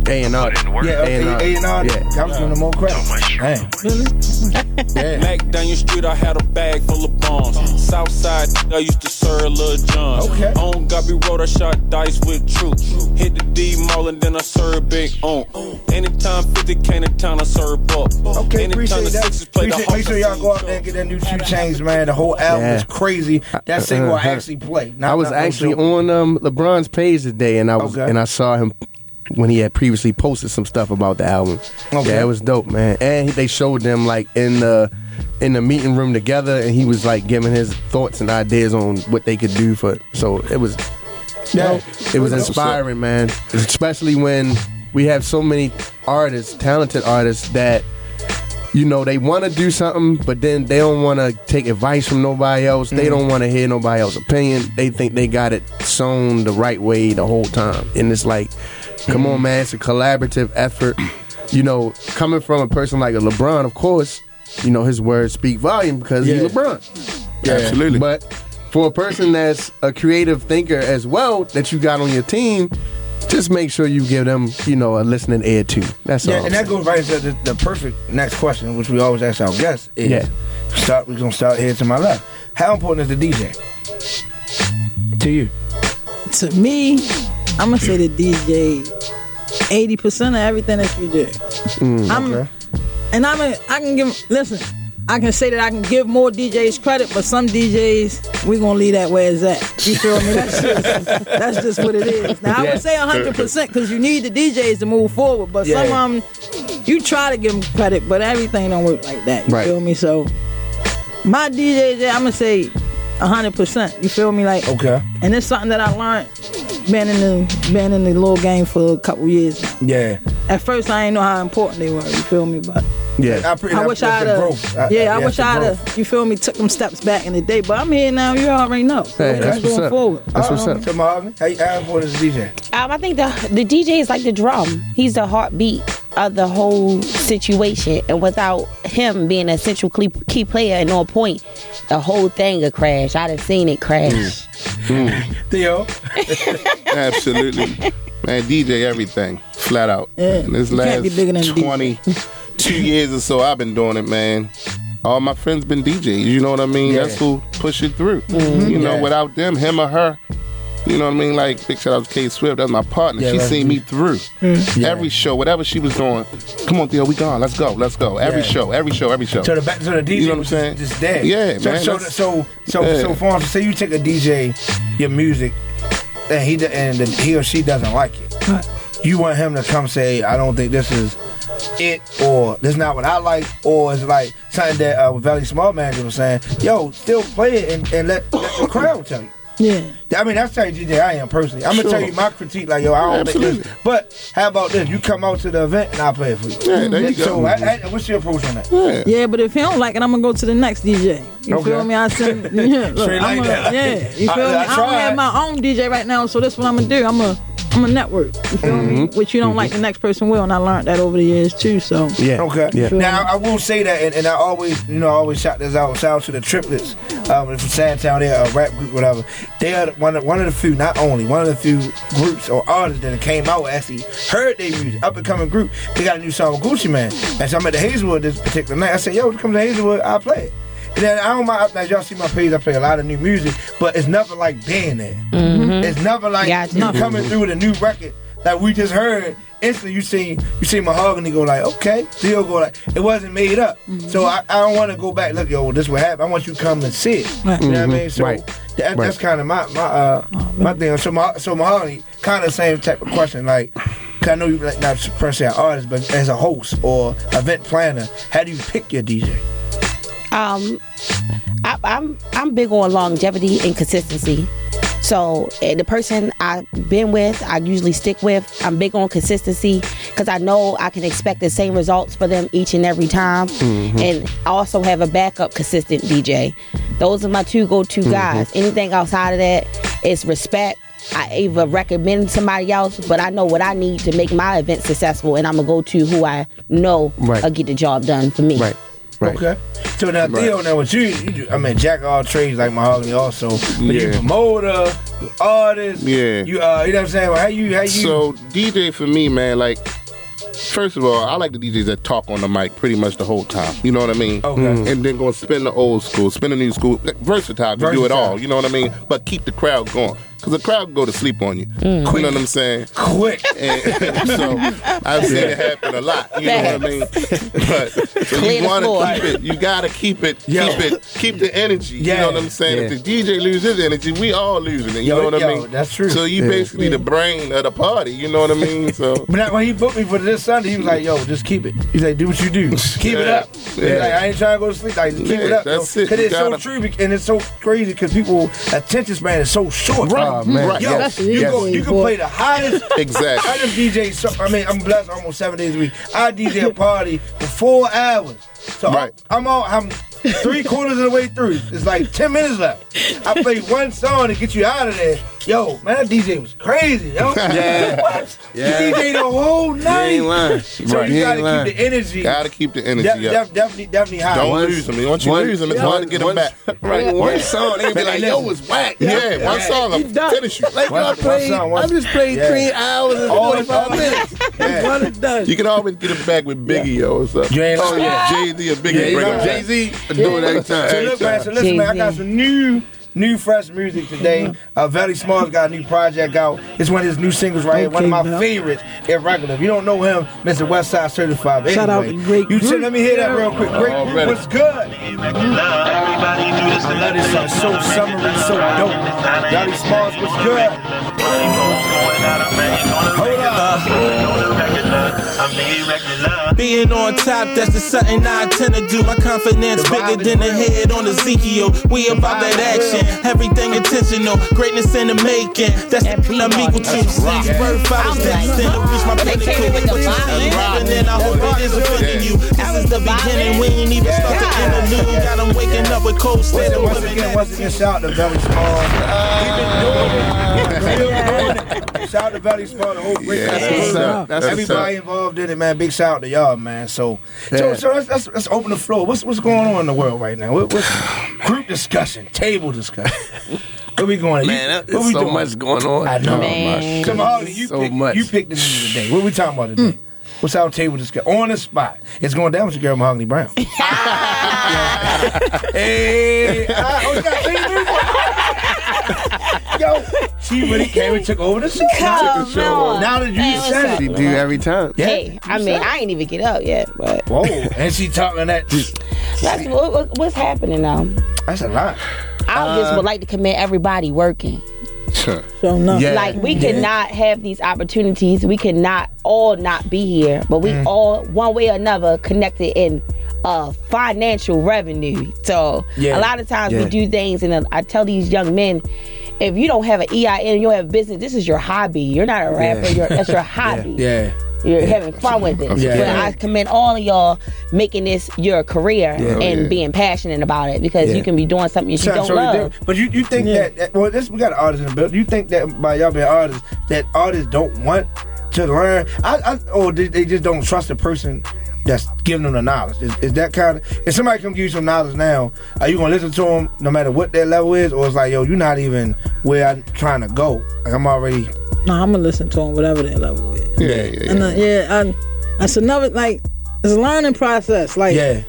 S3: A and R.
S1: Yeah, up
S3: A&R.
S1: A and R.
S3: Yeah.
S1: I was doing more crap. Dang.
S8: Mac Daniel Street, I had a bag full of bombs. Southside, I used to serve Lil John.
S1: Okay.
S8: On Gubby Road, I shot dice with truth. Hit the D mall and then I served Big On. Anytime 50 came to town, I served up.
S1: Okay,
S8: Anytime
S1: appreciate
S8: the
S1: that.
S8: Sixers play the
S1: Appreciate, make sure y'all go out there and get that new two chains, man. The whole album
S3: Yeah. Uh,
S1: is crazy. That single I actually played. Not-
S3: I was
S1: not no
S3: actually
S1: joke.
S3: on um, LeBron's page today, and I was
S1: Okay.
S3: and I saw him when he had previously posted some stuff about the album.
S1: Okay.
S3: Yeah, it was dope, man. And they showed them like in the in the meeting room together, and he was like giving his thoughts and ideas on what they could do for. So it was
S1: Yeah.
S3: it was inspiring, man. Especially when we have so many artists, talented artists that you know they want to do something, but then they don't want to take advice from nobody else. They don't want to hear nobody else's opinion. They think they got it sewn the right way the whole time, and it's like, come on, man, it's a collaborative effort. You know, coming from a person like a LeBron, of course, you know his words speak volume because
S1: Yeah.
S3: he's LeBron.
S6: Absolutely.
S3: But for a person that's a creative thinker as well that you got on your team, just make sure you give them, you know, a listening ear too. That's
S1: Yeah,
S3: all.
S1: and that goes right into the, the perfect next question, which we always ask our guests is
S3: Yeah.
S1: start we're gonna start here to my left. How important is the DJ? To you.
S5: To me, I'm gonna say the DJ, eighty percent of everything that you do.
S3: Mm,
S5: I'm, and I'm, a, I can give. Listen, I can say that I can give more DJs credit, but some DJs we gonna leave that where it's at. You feel me? That's just, that's just what it is. Now I
S3: Yeah.
S5: would say hundred percent because you need the DJs to move forward, but
S1: Yeah.
S5: some of them you try to give them credit, but everything don't work like that. You
S3: Right.
S5: feel me? So my DJs, yeah, I'm gonna say hundred percent. You feel me? Like
S1: Okay.
S5: and it's something that I learned being in the being in the little game for a couple years. now.
S1: Yeah.
S5: At first, I ain't know how important they were. You feel me? But
S3: yeah.
S1: pre-
S5: I wish
S1: that's
S5: I'd
S1: the
S5: have.
S1: growth. I-
S5: yeah, I
S1: that's
S5: wish
S1: the
S5: I'd
S1: growth.
S5: have. You feel me? Took them steps back in the day, but I'm here now. You already know. So
S3: Hey,
S5: I'm
S3: that's what's
S5: going
S3: up.
S5: forward.
S3: That's what's
S1: Um,
S3: up.
S1: To Marvin, how, you- how important is the DJ?
S2: Um, I think the the DJ is like the drum. He's the heartbeat of the whole situation, and without him being a central key, key player and on point, the whole thing would crash. I'd have seen it crash.
S1: Theo.
S6: Absolutely. Man, DJ everything, flat out.
S5: Yeah,
S6: In this
S5: you
S6: last
S5: can't be bigger than a DJ.
S6: 20, two years or so, I've been doing it, man. All my friends been DJs, you know what I mean?
S1: Yeah.
S6: That's who push it through.
S5: Mm-hmm.
S6: You know,
S1: Yeah.
S6: without them, him or her, you know what I mean? Like, big shout out to K Swift, that's my partner.
S1: Yeah,
S6: she
S1: that's-
S6: seen me through
S5: Mm-hmm.
S6: every show, whatever she was doing. Come on, Theo, we gone, let's go, let's go. Every
S1: Yeah.
S6: show, every show, every show.
S1: So the back to the DJ
S6: You know what I'm
S1: was
S6: saying?
S1: just dead.
S6: Yeah,
S1: so,
S6: man,
S1: So
S6: that's-
S1: so so
S6: yeah.
S1: so for instance, say you take a DJ, your music, and he do- and the, he or she doesn't like it. You want him to come say, I don't think this is it, or this is not what I like, or it's like something that uh, Valley Small Manager was saying. Yo, still play it and, and let, let the crowd tell you.
S5: Yeah.
S1: I mean, that's how you DJ I am personally. I'm
S6: Sure.
S1: gonna tell you my critique, like yo, I don't think this.
S6: Absolutely.
S1: But how about this? You come out to the event and I will play it for you.
S6: Yeah, there you
S1: so,
S6: go.
S1: I- I- what's your approach on that?
S6: yeah.
S5: Yeah, but if he don't like it, I'm gonna go to the next DJ. You
S1: Okay.
S5: feel me? I send, yeah, look,
S1: Straight
S5: I'm
S1: like that.
S5: gonna, yeah, you feel
S1: I-
S5: me?
S1: I
S5: I, don't
S1: tried.
S5: have my own DJ right now, so that's what I'm gonna do. I'm gonna, I'm gonna network. You feel me?
S1: Mm-hmm.
S5: Which you don't like, the next person will, and I learned that over the years too. So
S3: Yeah.
S1: Okay.
S3: Yeah.
S1: Now I will say that, and, and I always, you know, I always shout this out. Shout out to the triplets um, from Sandtown. They're a rap group, whatever. They are one of, one of the few, not only one of the few groups or artists that came out and actually heard their music. Up and coming group. They got a new song with Gucci Man, and so I'm at the Hazelwood this particular night. I said, "Yo, come to Hazelwood, I'll play it." And then I don't mind. Now y'all see my page. I play a lot of new music, but it's nothing like being there. It's nothing like
S2: Gotcha.
S1: you coming through with a new record that we just heard. Instantly, you see you see mahogany go like, okay, Theo go like, it wasn't made up.
S3: Mm-hmm.
S1: So I, I don't want to go back. Look, yo, this what happened. I want you to come and see it. You know what I mean?
S3: Mm-hmm.
S1: So
S3: Right. Oh,
S1: that, that's kind of my my uh, my thing. So my, so mahogany kind of same type of question. Like, 'cause I know you like not per se an artist, but as a host or event planner, how do you pick your DJ?
S2: um, I, I'm I'm big on longevity and consistency. So eh, the person I've been with, I usually stick with. I'm big on consistency because I know I can expect the same results for them each and every time.
S3: Mm-hmm.
S2: And I also have a backup consistent DJ. Those are my two go-to
S3: Mm-hmm.
S2: guys. Anything outside of that is respect. I either recommend somebody else, but I know what I need to make my event successful, and I'm gonna go to who I know
S3: Right.
S2: will get the job done for me.
S3: Right. Right.
S1: Okay. So now Theo, now what you, you do, I mean, jack of all trades like Mahogany also. But you
S6: Yeah.
S1: promoter, you artist.
S6: Yeah.
S1: You uh, you know what I'm saying? Well, how you how you
S6: So DJ for me, man, like first of all, I like the DJs that talk on the mic pretty much the whole time. You know what I mean?
S1: Okay. Mm.
S6: And then go and spin the old school, spin the new school, versatile, to do it
S1: Versatile.
S6: all. You know what I mean? But keep the crowd going. Cause the crowd go to sleep on you. You know what I'm saying?
S1: quick?
S6: And so I've seen it happen a lot. You know what I mean? But so
S2: Clear
S6: you
S2: the
S6: want
S2: floor.
S6: to keep it. You gotta keep it.
S1: Yo.
S6: Keep it. Keep the energy. You
S1: Yeah.
S6: know what I'm saying?
S3: Yeah.
S6: If the DJ loses his energy, we all losing it. You
S1: Yo,
S6: know what
S1: yo,
S6: I mean?
S1: that's true.
S6: So you
S3: Yeah.
S6: basically the brain of the party. You know what I mean? So.
S1: But now, when he booked me for this Sunday, he was like, "Yo, just keep it." He's like, "Do what you do, keep it up."
S6: Yeah.
S1: He's like, I ain't trying to go to sleep. Like, just keep
S6: Yeah,
S1: it up.
S6: that's it.
S1: Because
S6: You
S1: it's so
S6: gotta-
S1: true, bec- and it's so crazy because people attention span is so short.
S3: Right. Oh, man.
S1: Yo,
S3: Yes.
S1: you
S3: Yes.
S1: go, you can play the hottest.
S6: Exactly.
S1: I just DJ. So, I mean, I'm blessed almost seven days a week. I DJ a party for four hours. So I'm-
S6: Right.
S1: I'm all I'm three quarters of the way through. It's like ten minutes left. I play one song to get you out of there. Yo, man, that DJ was crazy. Yo.
S3: Yeah.
S1: What?
S3: Yeah.
S1: You DJ the whole night.
S3: ain't lying.
S1: So
S3: Right.
S1: you
S3: You
S1: gotta
S3: ain't
S1: keep
S3: lying.
S1: the energy.
S6: Gotta keep the energy
S1: Def-
S6: up.
S1: def- definitely, definitely high.
S6: Don't lose them. Once you lose them, it's hard to get them back.
S3: Right. One song, they be like, yo, it's whack.
S6: Yeah, one song
S3: You
S6: will
S3: done.
S6: finish you.
S3: Like,
S1: One-
S3: I
S1: one
S3: played,
S1: song, one-
S3: I just played
S1: Yeah.
S3: three hours and
S1: All-
S3: 45
S1: all-
S3: minutes.
S1: Yeah.
S5: One and done.
S6: You can always get them back with Biggie or something.
S1: You ain't
S6: oh
S1: lying.
S6: yeah, Jay Z or Biggie.
S3: Yeah, you
S6: bring
S3: know,
S6: 'em back.
S3: Jay Z do it every time.
S1: So look, man. So listen, man. I got some new, new fresh music today. Uh, Valley Smalls got a new project out. It's one of his new singles right here. One of my
S5: Okay, man.
S1: favorites at Rockland. If you don't know him, Mr. Westside Certified. But
S5: Shout out
S1: anyway,
S5: to Great
S1: You
S5: Group.
S1: let me hear that real quick. Great
S6: Oh,
S1: group
S6: better.
S1: was good. I love this song. So summery, so dope. Valley Smalls was good. Hold up.
S9: Being on top, that's the something I tend to do. My confidence bigger than the head on Ezekiel. We about that action, everything intentional. Greatness in the making, that's
S2: That
S9: the
S2: beat
S9: thing I'm equal to.
S2: that's rock.
S9: Since birth,
S2: I'm
S9: I was
S2: like,
S9: destined to reach my
S2: they came in with the
S9: pinnacle. What you
S2: vibe.
S9: see happening, and I hope it is offending
S6: Yeah.
S9: you. This is the beginning, we ain't even start to interlude. Got 'em waking up with cold state of
S1: Once again, once again, shout out to Valley Smalls. We've been doing it. We've been doing it. Shout out to Valley Smalls, the whole great
S6: Yeah, that's what's up. That's what's
S1: Everybody
S6: up.
S1: involved in it, man. Big shout out to y'all, man. So, so,
S3: Yeah.
S1: so let's, let's, let's open the floor. What's what's going on in the world right now? What, what's group discussion, table discussion? Where we going?
S3: Man,
S1: What we
S3: there's so
S1: doing?
S3: much going on.
S1: I know.
S3: Oh, my
S2: Man. Mm.
S1: Come
S3: goodness.
S1: on, you
S3: so
S1: pick,
S3: much.
S1: You picked the news today. What we talking about today? What's our table discussion? On the spot. It's going down with your girl Mahogany Brown. hey, I, oh, you got three people? Yo, she really came and took over the show.
S2: Come on.
S1: Now that you
S2: Man, what's
S1: said
S2: up?
S1: it.
S3: She do every time.
S1: Yeah.
S2: Hey, I mean, I ain't even get up yet, but
S1: Whoa, and she talking that.
S2: that's what, what- what's happening now.
S1: That's a lot.
S2: I just would like to commend everybody working.
S5: So no.
S3: Yeah.
S2: Like we cannot have these opportunities. We cannot all not be here, but we all one way or another connected in uh financial revenue. So
S1: Yeah.
S2: a lot of times
S3: Yeah.
S2: we do things and uh, I tell these young men if you don't have an EIN, you don't have business, this is your hobby. You're not a rapper, you're, that's your hobby.
S1: Yeah.
S2: You're having fun with it.
S1: Yeah.
S2: But I commend all of y'all making this your career and
S6: yeah.
S2: being passionate about it because
S3: Yeah.
S2: you can be doing something that you
S1: Sounds
S2: don't
S1: totally
S2: love.
S1: different. But you, you think that, that well, this we got an artist in the building. You think that by y'all being artists, that artists don't want to learn, I, I or they, they just don't trust the person that's giving them the knowledge. Is, is that kind of? If somebody come give you some knowledge now, are you gonna listen to them no matter what their level is, or it's like, yo, you're not even where I'm trying to go. Like I'm already.
S5: No, I'm gonna listen to him, whatever that level is.
S6: Yeah, yeah, yeah.
S5: And uh, yeah, I, that's another like it's a learning process. Like
S1: Yeah,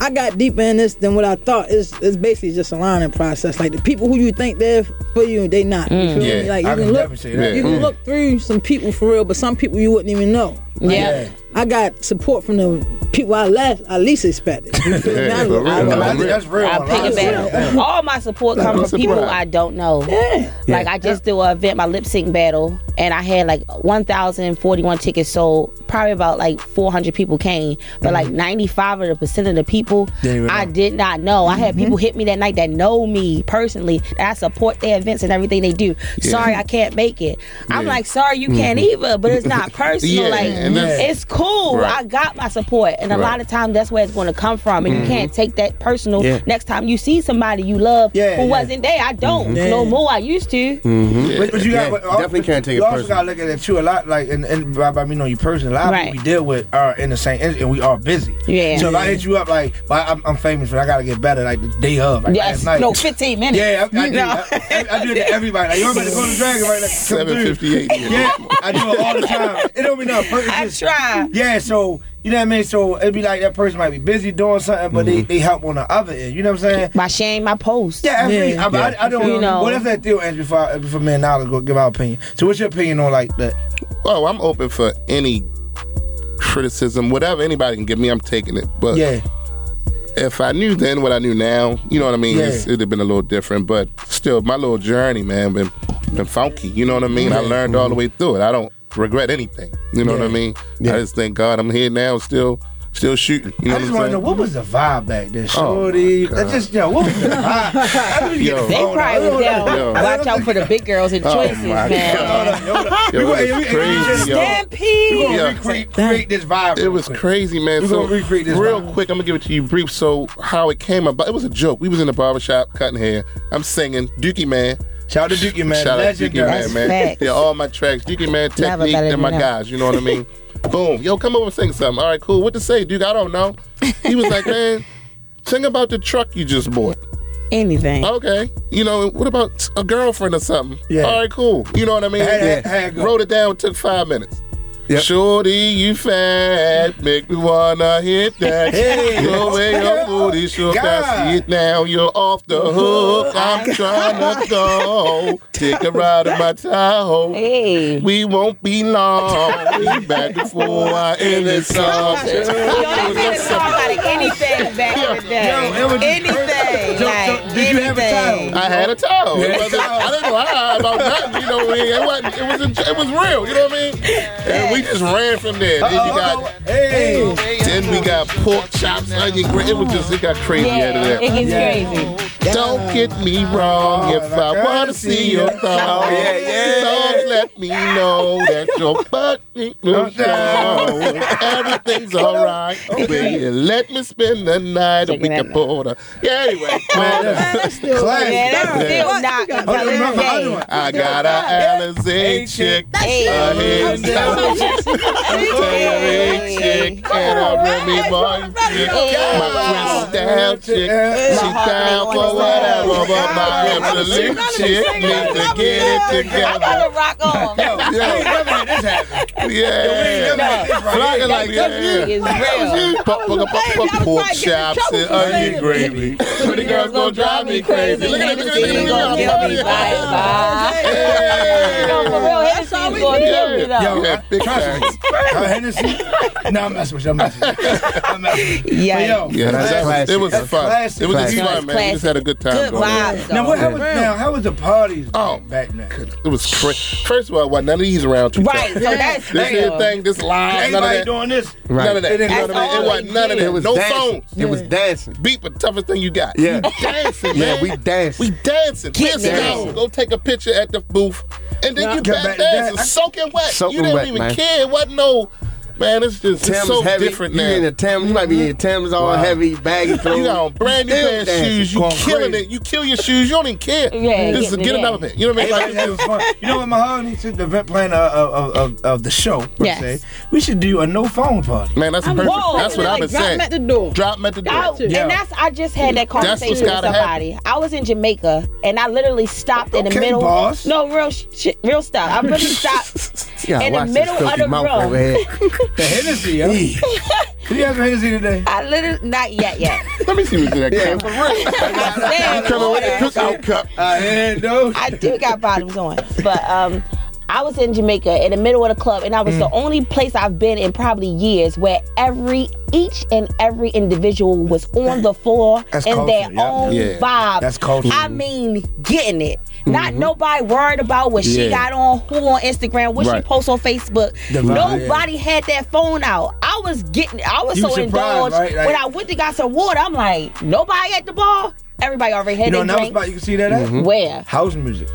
S5: I got deeper in this than what I thought. It's it's basically just a learning process. Like the people who you think they're for you, they not.
S3: Mm.
S5: You feel me?
S6: Yeah,
S5: Like
S1: I
S5: you
S1: can
S5: can look,
S1: definitely say
S5: you
S1: that.
S5: can look through some people for real, but some people you wouldn't even know.
S2: Yeah.
S1: Yeah.
S5: I got support from the people I last I least expected. You feel me?
S6: Yeah,
S5: I-
S6: for
S5: I-
S6: real.
S1: I
S6: I'm
S1: think
S6: real.
S1: that's real.
S2: I pick it back. All my support comes from people
S6: Surprise.
S2: I don't know. Like I just did an event, my lip sync battle, and I had like 1,041 tickets sold. Probably about like 400 people came, but like
S6: Mm-hmm.
S2: 95 of the percent of the people
S1: Didn't even
S2: I
S1: know.
S2: did not know. I had
S6: Mm-hmm.
S2: people hit me that night that know me personally, that I support their events and everything they do. Sorry, I can't make it. I'm
S6: Yeah. Mm-hmm.
S2: like, sorry, you can't either, but it's not personal.
S6: Yeah,
S2: like
S6: and that's-
S2: it's cool.
S6: Right.
S2: I got my support, and a
S6: Right.
S2: lot of times that's where it's going to come from, and you can't take that personal.
S3: Yeah.
S2: Next time you see somebody you love
S1: Yeah,
S2: who
S1: yeah.
S2: wasn't there, I don't no more. I used to.
S1: But, but you
S3: Yeah,
S1: got but
S3: definitely can't take it
S1: You also
S3: personal.
S1: got to look at it too a lot. Like and, and by, by me knowing you personally, a lot of
S2: Right.
S1: people we deal with are in the same industry and we are busy.
S2: Yeah.
S1: So if I hit you up like, but I'm, I'm famous, but I got to get better. Like the day of, like
S2: Yes,
S1: last night.
S2: no, fifteen minutes.
S1: Yeah, I, I,
S2: You
S1: do.
S2: know?
S1: I, I, I do it to everybody. Like, you remember going to Dragon right now? Come
S6: Seven
S1: through.
S6: fifty eight.
S1: Yeah, I do it all the time. It don't mean nothing. It's
S2: I
S1: just-
S2: try.
S1: Yeah, so you know what I mean. So it'd be like that person might be busy doing something, but
S3: Mm-hmm.
S1: they, they help on the other end. You know what I'm saying?
S2: My shame, my post.
S1: Yeah, every, I, mean, I, I don't.
S2: You know.
S1: Well, that's that deal. And before I- before me and Nala go give our opinion. So, what's your opinion on like that?
S6: Oh, I'm open for any criticism, whatever anybody can give me. I'm taking it. But
S1: Yeah,
S6: if I knew then what I knew now, you know what I mean?
S1: Yeah.
S6: It's, it'd have been a little different, but still, my little journey, man, been been funky. You know what I mean? I learned all the way through it. I don't regret anything. You know what I mean? I just thank God I'm here now, still, still shooting. You know
S1: I just
S6: what
S1: want to
S6: I'm
S1: know what
S6: saying?
S1: was the vibe back then,
S6: Oh, my
S1: shorty.
S6: God.
S1: That's just yeah. What was the vibe? I just
S6: Yo.
S1: get the
S2: They
S1: phone out.
S2: probably was down.
S6: Yo.
S2: Watch out for the big girls
S1: Oh
S2: and choices,
S6: my
S2: man.
S1: Hold up, hold up.
S6: Yo,
S1: We gonna-
S6: it
S1: we-
S6: was
S1: we
S6: crazy,
S1: just-
S6: yo.
S1: we
S2: Stampede.
S1: gonna
S6: Yo.
S1: recreate create this vibe.
S6: It
S1: real
S6: was
S1: quick.
S6: crazy, man.
S1: We
S6: so
S1: gonna recreate this
S6: real
S1: vibe.
S6: quick, I'm gonna give it to you brief. So how it came about? It was a joke. We was in the barbershop cutting hair. I'm singing Dookie Man.
S1: Shout out to Dookie man,
S6: Shout out to Dookie
S1: legendary
S6: Man, man.
S2: Facts.
S6: Yeah, all my tracks, Dookie Man,
S2: Never
S6: technique,
S2: better
S6: and my
S2: than that.
S6: guys. You know what I mean? Boom. Yo, come over and sing something. All right, cool. What to say, Duke? I don't know. He was like, man, sing about the truck you just bought.
S2: Anything.
S1: Oh.
S6: Okay. You know, what about a girlfriend or something?
S1: Yeah.
S6: All right, cool. You know what I mean?
S1: Had- had- had it go.
S6: Wrote it down, took five minutes.
S3: Yep.
S6: Shorty, you fat, make me wanna hit that.
S1: Hey.
S6: the way your booty shook, I see it now. You're off the hook. I'm trying to go. Take a ride in my Tahoe.
S2: Hey.
S6: We won't be long. We back before I end this song.
S2: Yo, they made a song out of anything back in the day.
S1: Yo, it was just
S2: Anything.
S1: crazy. So-
S2: like,
S1: so did you have a
S2: anything.
S1: title?
S6: I had a towel. It wasn't, I didn't lie about nothing. You know what I mean? It, wasn't, it, was a, it was real. You know what I mean? And we just ran from there. Then you got.
S1: hey.
S6: Then we got pork chops, onion gra- It was just, it got crazy out
S2: Yeah,
S6: of there.
S2: it gets
S1: Yeah.
S2: crazy.
S6: Don't get me wrong if
S1: Oh,
S6: I
S1: I
S6: want to see your thong.
S1: Yeah, yeah.
S6: Don't let me know that your butt ain't no show. Everything's all right. Will you let me spend the night and we
S2: Checking
S6: can pull the... Yeah, anyway.
S1: Man,
S6: man,
S1: that's-
S5: That's still
S1: Classic.
S2: Yeah, that's
S6: Yeah.
S2: still not
S1: Oh, that's another
S2: another
S1: one.
S2: day.
S6: I got a Alizé chick,
S2: Hey.
S6: a head Terry
S2: Hey.
S6: chick, and a Remy Martin chick, my Chris Staff chick. She down for whatever, but my absolute chick needs to get it
S2: I
S6: together.
S2: gotta rock on.
S1: Yo, we ain't never had this happen.
S6: Yeah. Flocking like
S2: That
S6: that.
S2: is real.
S6: Pop, pop, pop, pop, pork chops and onion gravy. Pretty girls gonna drive me crazy. Look at it, look at it, look at it,
S2: Gonna
S6: look
S2: be
S6: at it.
S2: bye-bye.
S6: Hey.
S2: No, for real, Hennessy's gonna kill me
S6: Yeah.
S2: though.
S6: Yeah, big
S1: Trust
S6: facts.
S1: me. Her Hennessy. No, I'm messing with you. I'm messing with you. I'm messing with you. But
S2: Yeah.
S1: yo,
S6: Yeah,
S3: That's
S6: that-
S3: classic.
S6: it was
S1: That's
S6: fun.
S1: classic.
S6: It was just
S3: Classic.
S6: fun, man. We just had a good time.
S2: Good
S6: going there.
S2: vibes
S1: now what? How was
S2: though.
S1: now? How was the parties?
S6: Oh.
S1: back then.
S6: It was cra First of all, why none of these around too
S2: Right, so
S6: tough.
S2: that's
S6: This here
S2: real.
S6: thing, this live, none of
S1: Everybody
S6: that.
S1: doing this.
S6: None of that.
S1: It
S6: You
S1: ain't
S6: know
S2: That's
S6: what I mean? It
S2: all
S6: wasn't
S2: they
S6: none of
S2: did.
S6: that.
S3: It was
S6: No
S3: dancing.
S6: phones.
S3: It was dancing.
S6: Beat the toughest thing you got.
S3: Yeah.
S6: We dancing,
S3: Yeah,
S6: man.
S3: we danced.
S6: We dancing.
S2: Getting
S6: Let's go.
S2: down.
S6: Go take a picture at the booth. And then you
S1: get
S6: back
S1: back to that.
S6: dancing. Soaking wet.
S3: Soaking
S6: you didn't
S3: wet,
S6: even
S3: man.
S6: care. It wasn't no man, it's just it's
S3: Tim's
S6: so
S3: heavy.
S6: different
S3: you
S6: now.
S3: in a Tim, you might be in your Tim's all heavy, baggy clothes.
S6: You got on brand new
S3: Still
S6: pair of
S3: dancing.
S6: shoes. You
S1: Going
S6: killing
S1: crazy.
S6: it. You kill your shoes. You don't even care.
S2: Yeah,
S6: this is
S2: getting
S6: get
S2: it in.
S6: another pair. You know what I mean? Like,
S1: Everybody having fun. You know what, Mahoney? Since the event planner of, of, of, of the show, per
S2: Yes.
S1: se, we should do a no phone party.
S6: man, that's perfect.
S2: whoa.
S6: That's what I've been
S5: Drop 'em
S6: saying.
S5: at the door.
S6: Drop 'em at the door.
S2: I, Oh, and
S1: Yeah.
S2: that's I just had that
S6: what's
S2: conversation with
S6: gotta
S2: somebody. I was in Jamaica and I literally stopped in
S1: Okay,
S2: the middle.
S1: boss.
S2: No real shit, real stuff. I really stopped
S3: You gotta
S2: in the
S3: watch
S2: middle
S3: this
S2: of
S3: filthy
S2: the
S3: mouth
S2: room.
S3: over here.
S1: The Hennessy, yo. Did you have some Hennessy today?
S2: I literally not yet yet.
S6: Let me see what's in that
S3: Yeah,
S6: cup.
S3: for real.
S2: I said
S6: Coming with a
S2: water.
S6: cookout cup.
S1: I had those.
S2: I do got bottoms on, but um, I was in Jamaica in the middle of the club, and I was
S1: Mm.
S2: the only place I've been in probably years where every each and every individual was on the floor
S1: That's
S2: in
S1: culture,
S2: their
S1: yeah.
S2: own
S6: Yeah.
S2: vibe.
S1: That's culture. Mm-hmm.
S2: I mean, getting it. Not nobody worried about what she
S6: Yeah.
S2: got on, who on Instagram, what
S6: Right.
S2: she posts on Facebook.
S1: The vibe,
S2: nobody had that phone out. I was getting. I was
S1: You
S2: so
S1: surprised,
S2: indulged
S1: right? Like-
S2: when I went to got some water. I'm like, nobody at the bar. Everybody already had
S1: You know,
S2: their
S1: another
S2: drink.
S1: spot you can see that at?
S2: Where?
S1: House music.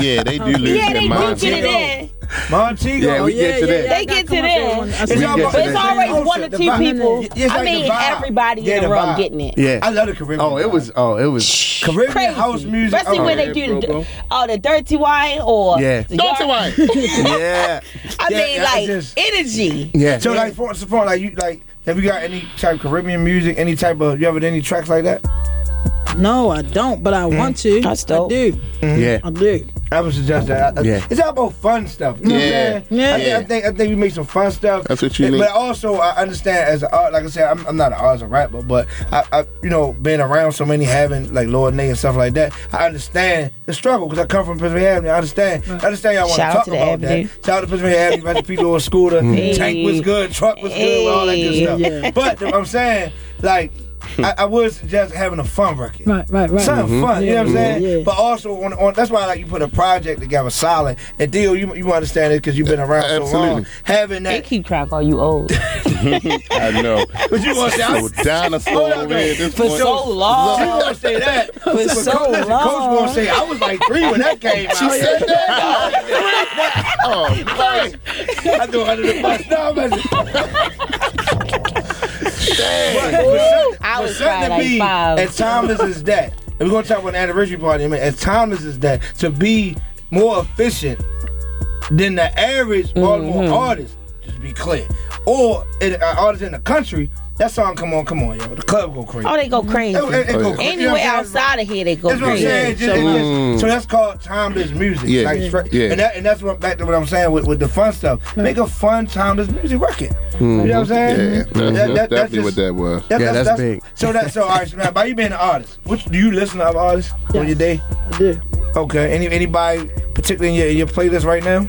S6: Yeah, they do lose
S2: Yeah,
S6: their
S2: they do
S6: mind.
S2: get it
S1: Montego.
S2: in.
S1: Montego.
S3: Yeah, we
S1: Oh,
S3: get to that.
S2: They get to that.
S1: It's
S3: We
S1: all
S3: get
S1: about-
S3: to
S2: But it's
S3: that.
S2: always one or
S1: The
S2: two
S1: vibe.
S2: people.
S1: It's
S2: I
S1: like the
S2: mean,
S1: vibe.
S2: everybody
S1: Yeah,
S2: in the room
S1: vibe.
S2: getting it.
S3: Yeah.
S1: I love the Caribbean.
S3: Oh, it
S1: vibe.
S3: was. Oh, it was.
S1: Caribbean
S2: Crazy.
S1: house music.
S2: Especially
S1: oh,
S2: when they
S1: yeah.
S2: do the, oh, the dirty wine or
S3: Yeah.
S2: the
S6: Don't
S2: yard-
S6: you worry.
S3: yeah.
S2: I
S1: Yeah,
S2: mean,
S1: yeah,
S2: like
S1: it's just-
S2: energy.
S3: Yeah.
S1: So like for so for like you like have you got any type of Caribbean music? Any type of you ever did any tracks like that?
S5: No, I don't, but
S1: Mm.
S5: I want to.
S2: That's dope.
S5: I do.
S3: yeah.
S5: I do.
S1: I would suggest that. I- I-
S3: Yeah.
S1: It's all about fun stuff. You know
S6: Yeah.
S1: what I'm saying? I think,
S5: Yeah.
S1: I think I think we make some fun stuff.
S6: That's what you
S1: And-
S6: need.
S1: But also, I understand as an art, like I said, I'm, I'm not an artist or rapper, but I, I, you know, being around so many, having like Lord Nate and stuff like that, I understand the struggle because I come from Pennsylvania Avenue. I understand. I understand y'all want
S2: Shout out
S1: to talk
S2: to the
S1: about
S2: Avenue.
S1: that. Shout out to Pennsylvania Avenue, rest in peace, Lord Scooter.
S6: Mm.
S1: Tank was good, truck was good, all that good
S2: Hey.
S1: stuff.
S5: Yeah.
S1: But I'm saying, like, I, I would suggest having a fun record.
S5: Right, right, right.
S1: Something fun, you know what I'm
S5: Mm-hmm. Yeah,
S1: saying?
S5: yeah.
S1: But also on, on that's why like you put a project together solid. And deal, you you understand it because you've been around so
S6: Absolutely.
S1: long. Having
S2: They
S1: that,
S2: keep trying to call you old.
S6: I know.
S1: but you gonna say I-
S6: So dinosaur over there at this
S2: For
S6: point. Oh,
S2: so long.
S1: She gonna say that. But
S2: so
S1: Coach- listen,
S2: long.
S1: Coach gonna say I was like three when that came out. She said
S6: Oh, man.
S1: I threw her under the bus. No, I'm messing.
S6: Dang.
S2: I
S1: For
S2: was
S1: something
S2: probably like
S1: to be
S2: five.
S1: as timeless as that. And we're gonna talk about an anniversary party. I mean, as timeless as that, to be more efficient than the average
S2: Mm-hmm.
S1: Baltimore artist. Just be clear, or an artist in the country. That song, come on, come on, yo, the club go crazy.
S2: oh, they go crazy.
S1: It- it- it go crazy. You know
S6: yeah.
S2: Anywhere
S1: what I'm saying?
S2: outside of here, they go
S1: That's what I'm
S2: crazy.
S1: saying. It's just- it's just- so that's called timeless music.
S6: Mm. Yeah.
S1: Like, straight-
S6: Yeah.
S1: And, that, and that's what back to what I'm saying with, with the fun stuff. Make a fun timeless music record. You know what I'm
S6: Mm-hmm. Yeah,
S1: saying?
S6: that's, that's definitely
S1: just-
S6: what that was.
S1: that-
S3: Yeah, that's big.
S1: So that so all right. So now, by you being an artist, which do you listen to other artists on your day?
S5: I do.
S1: Okay. Any anybody particularly in your, in your playlist right now?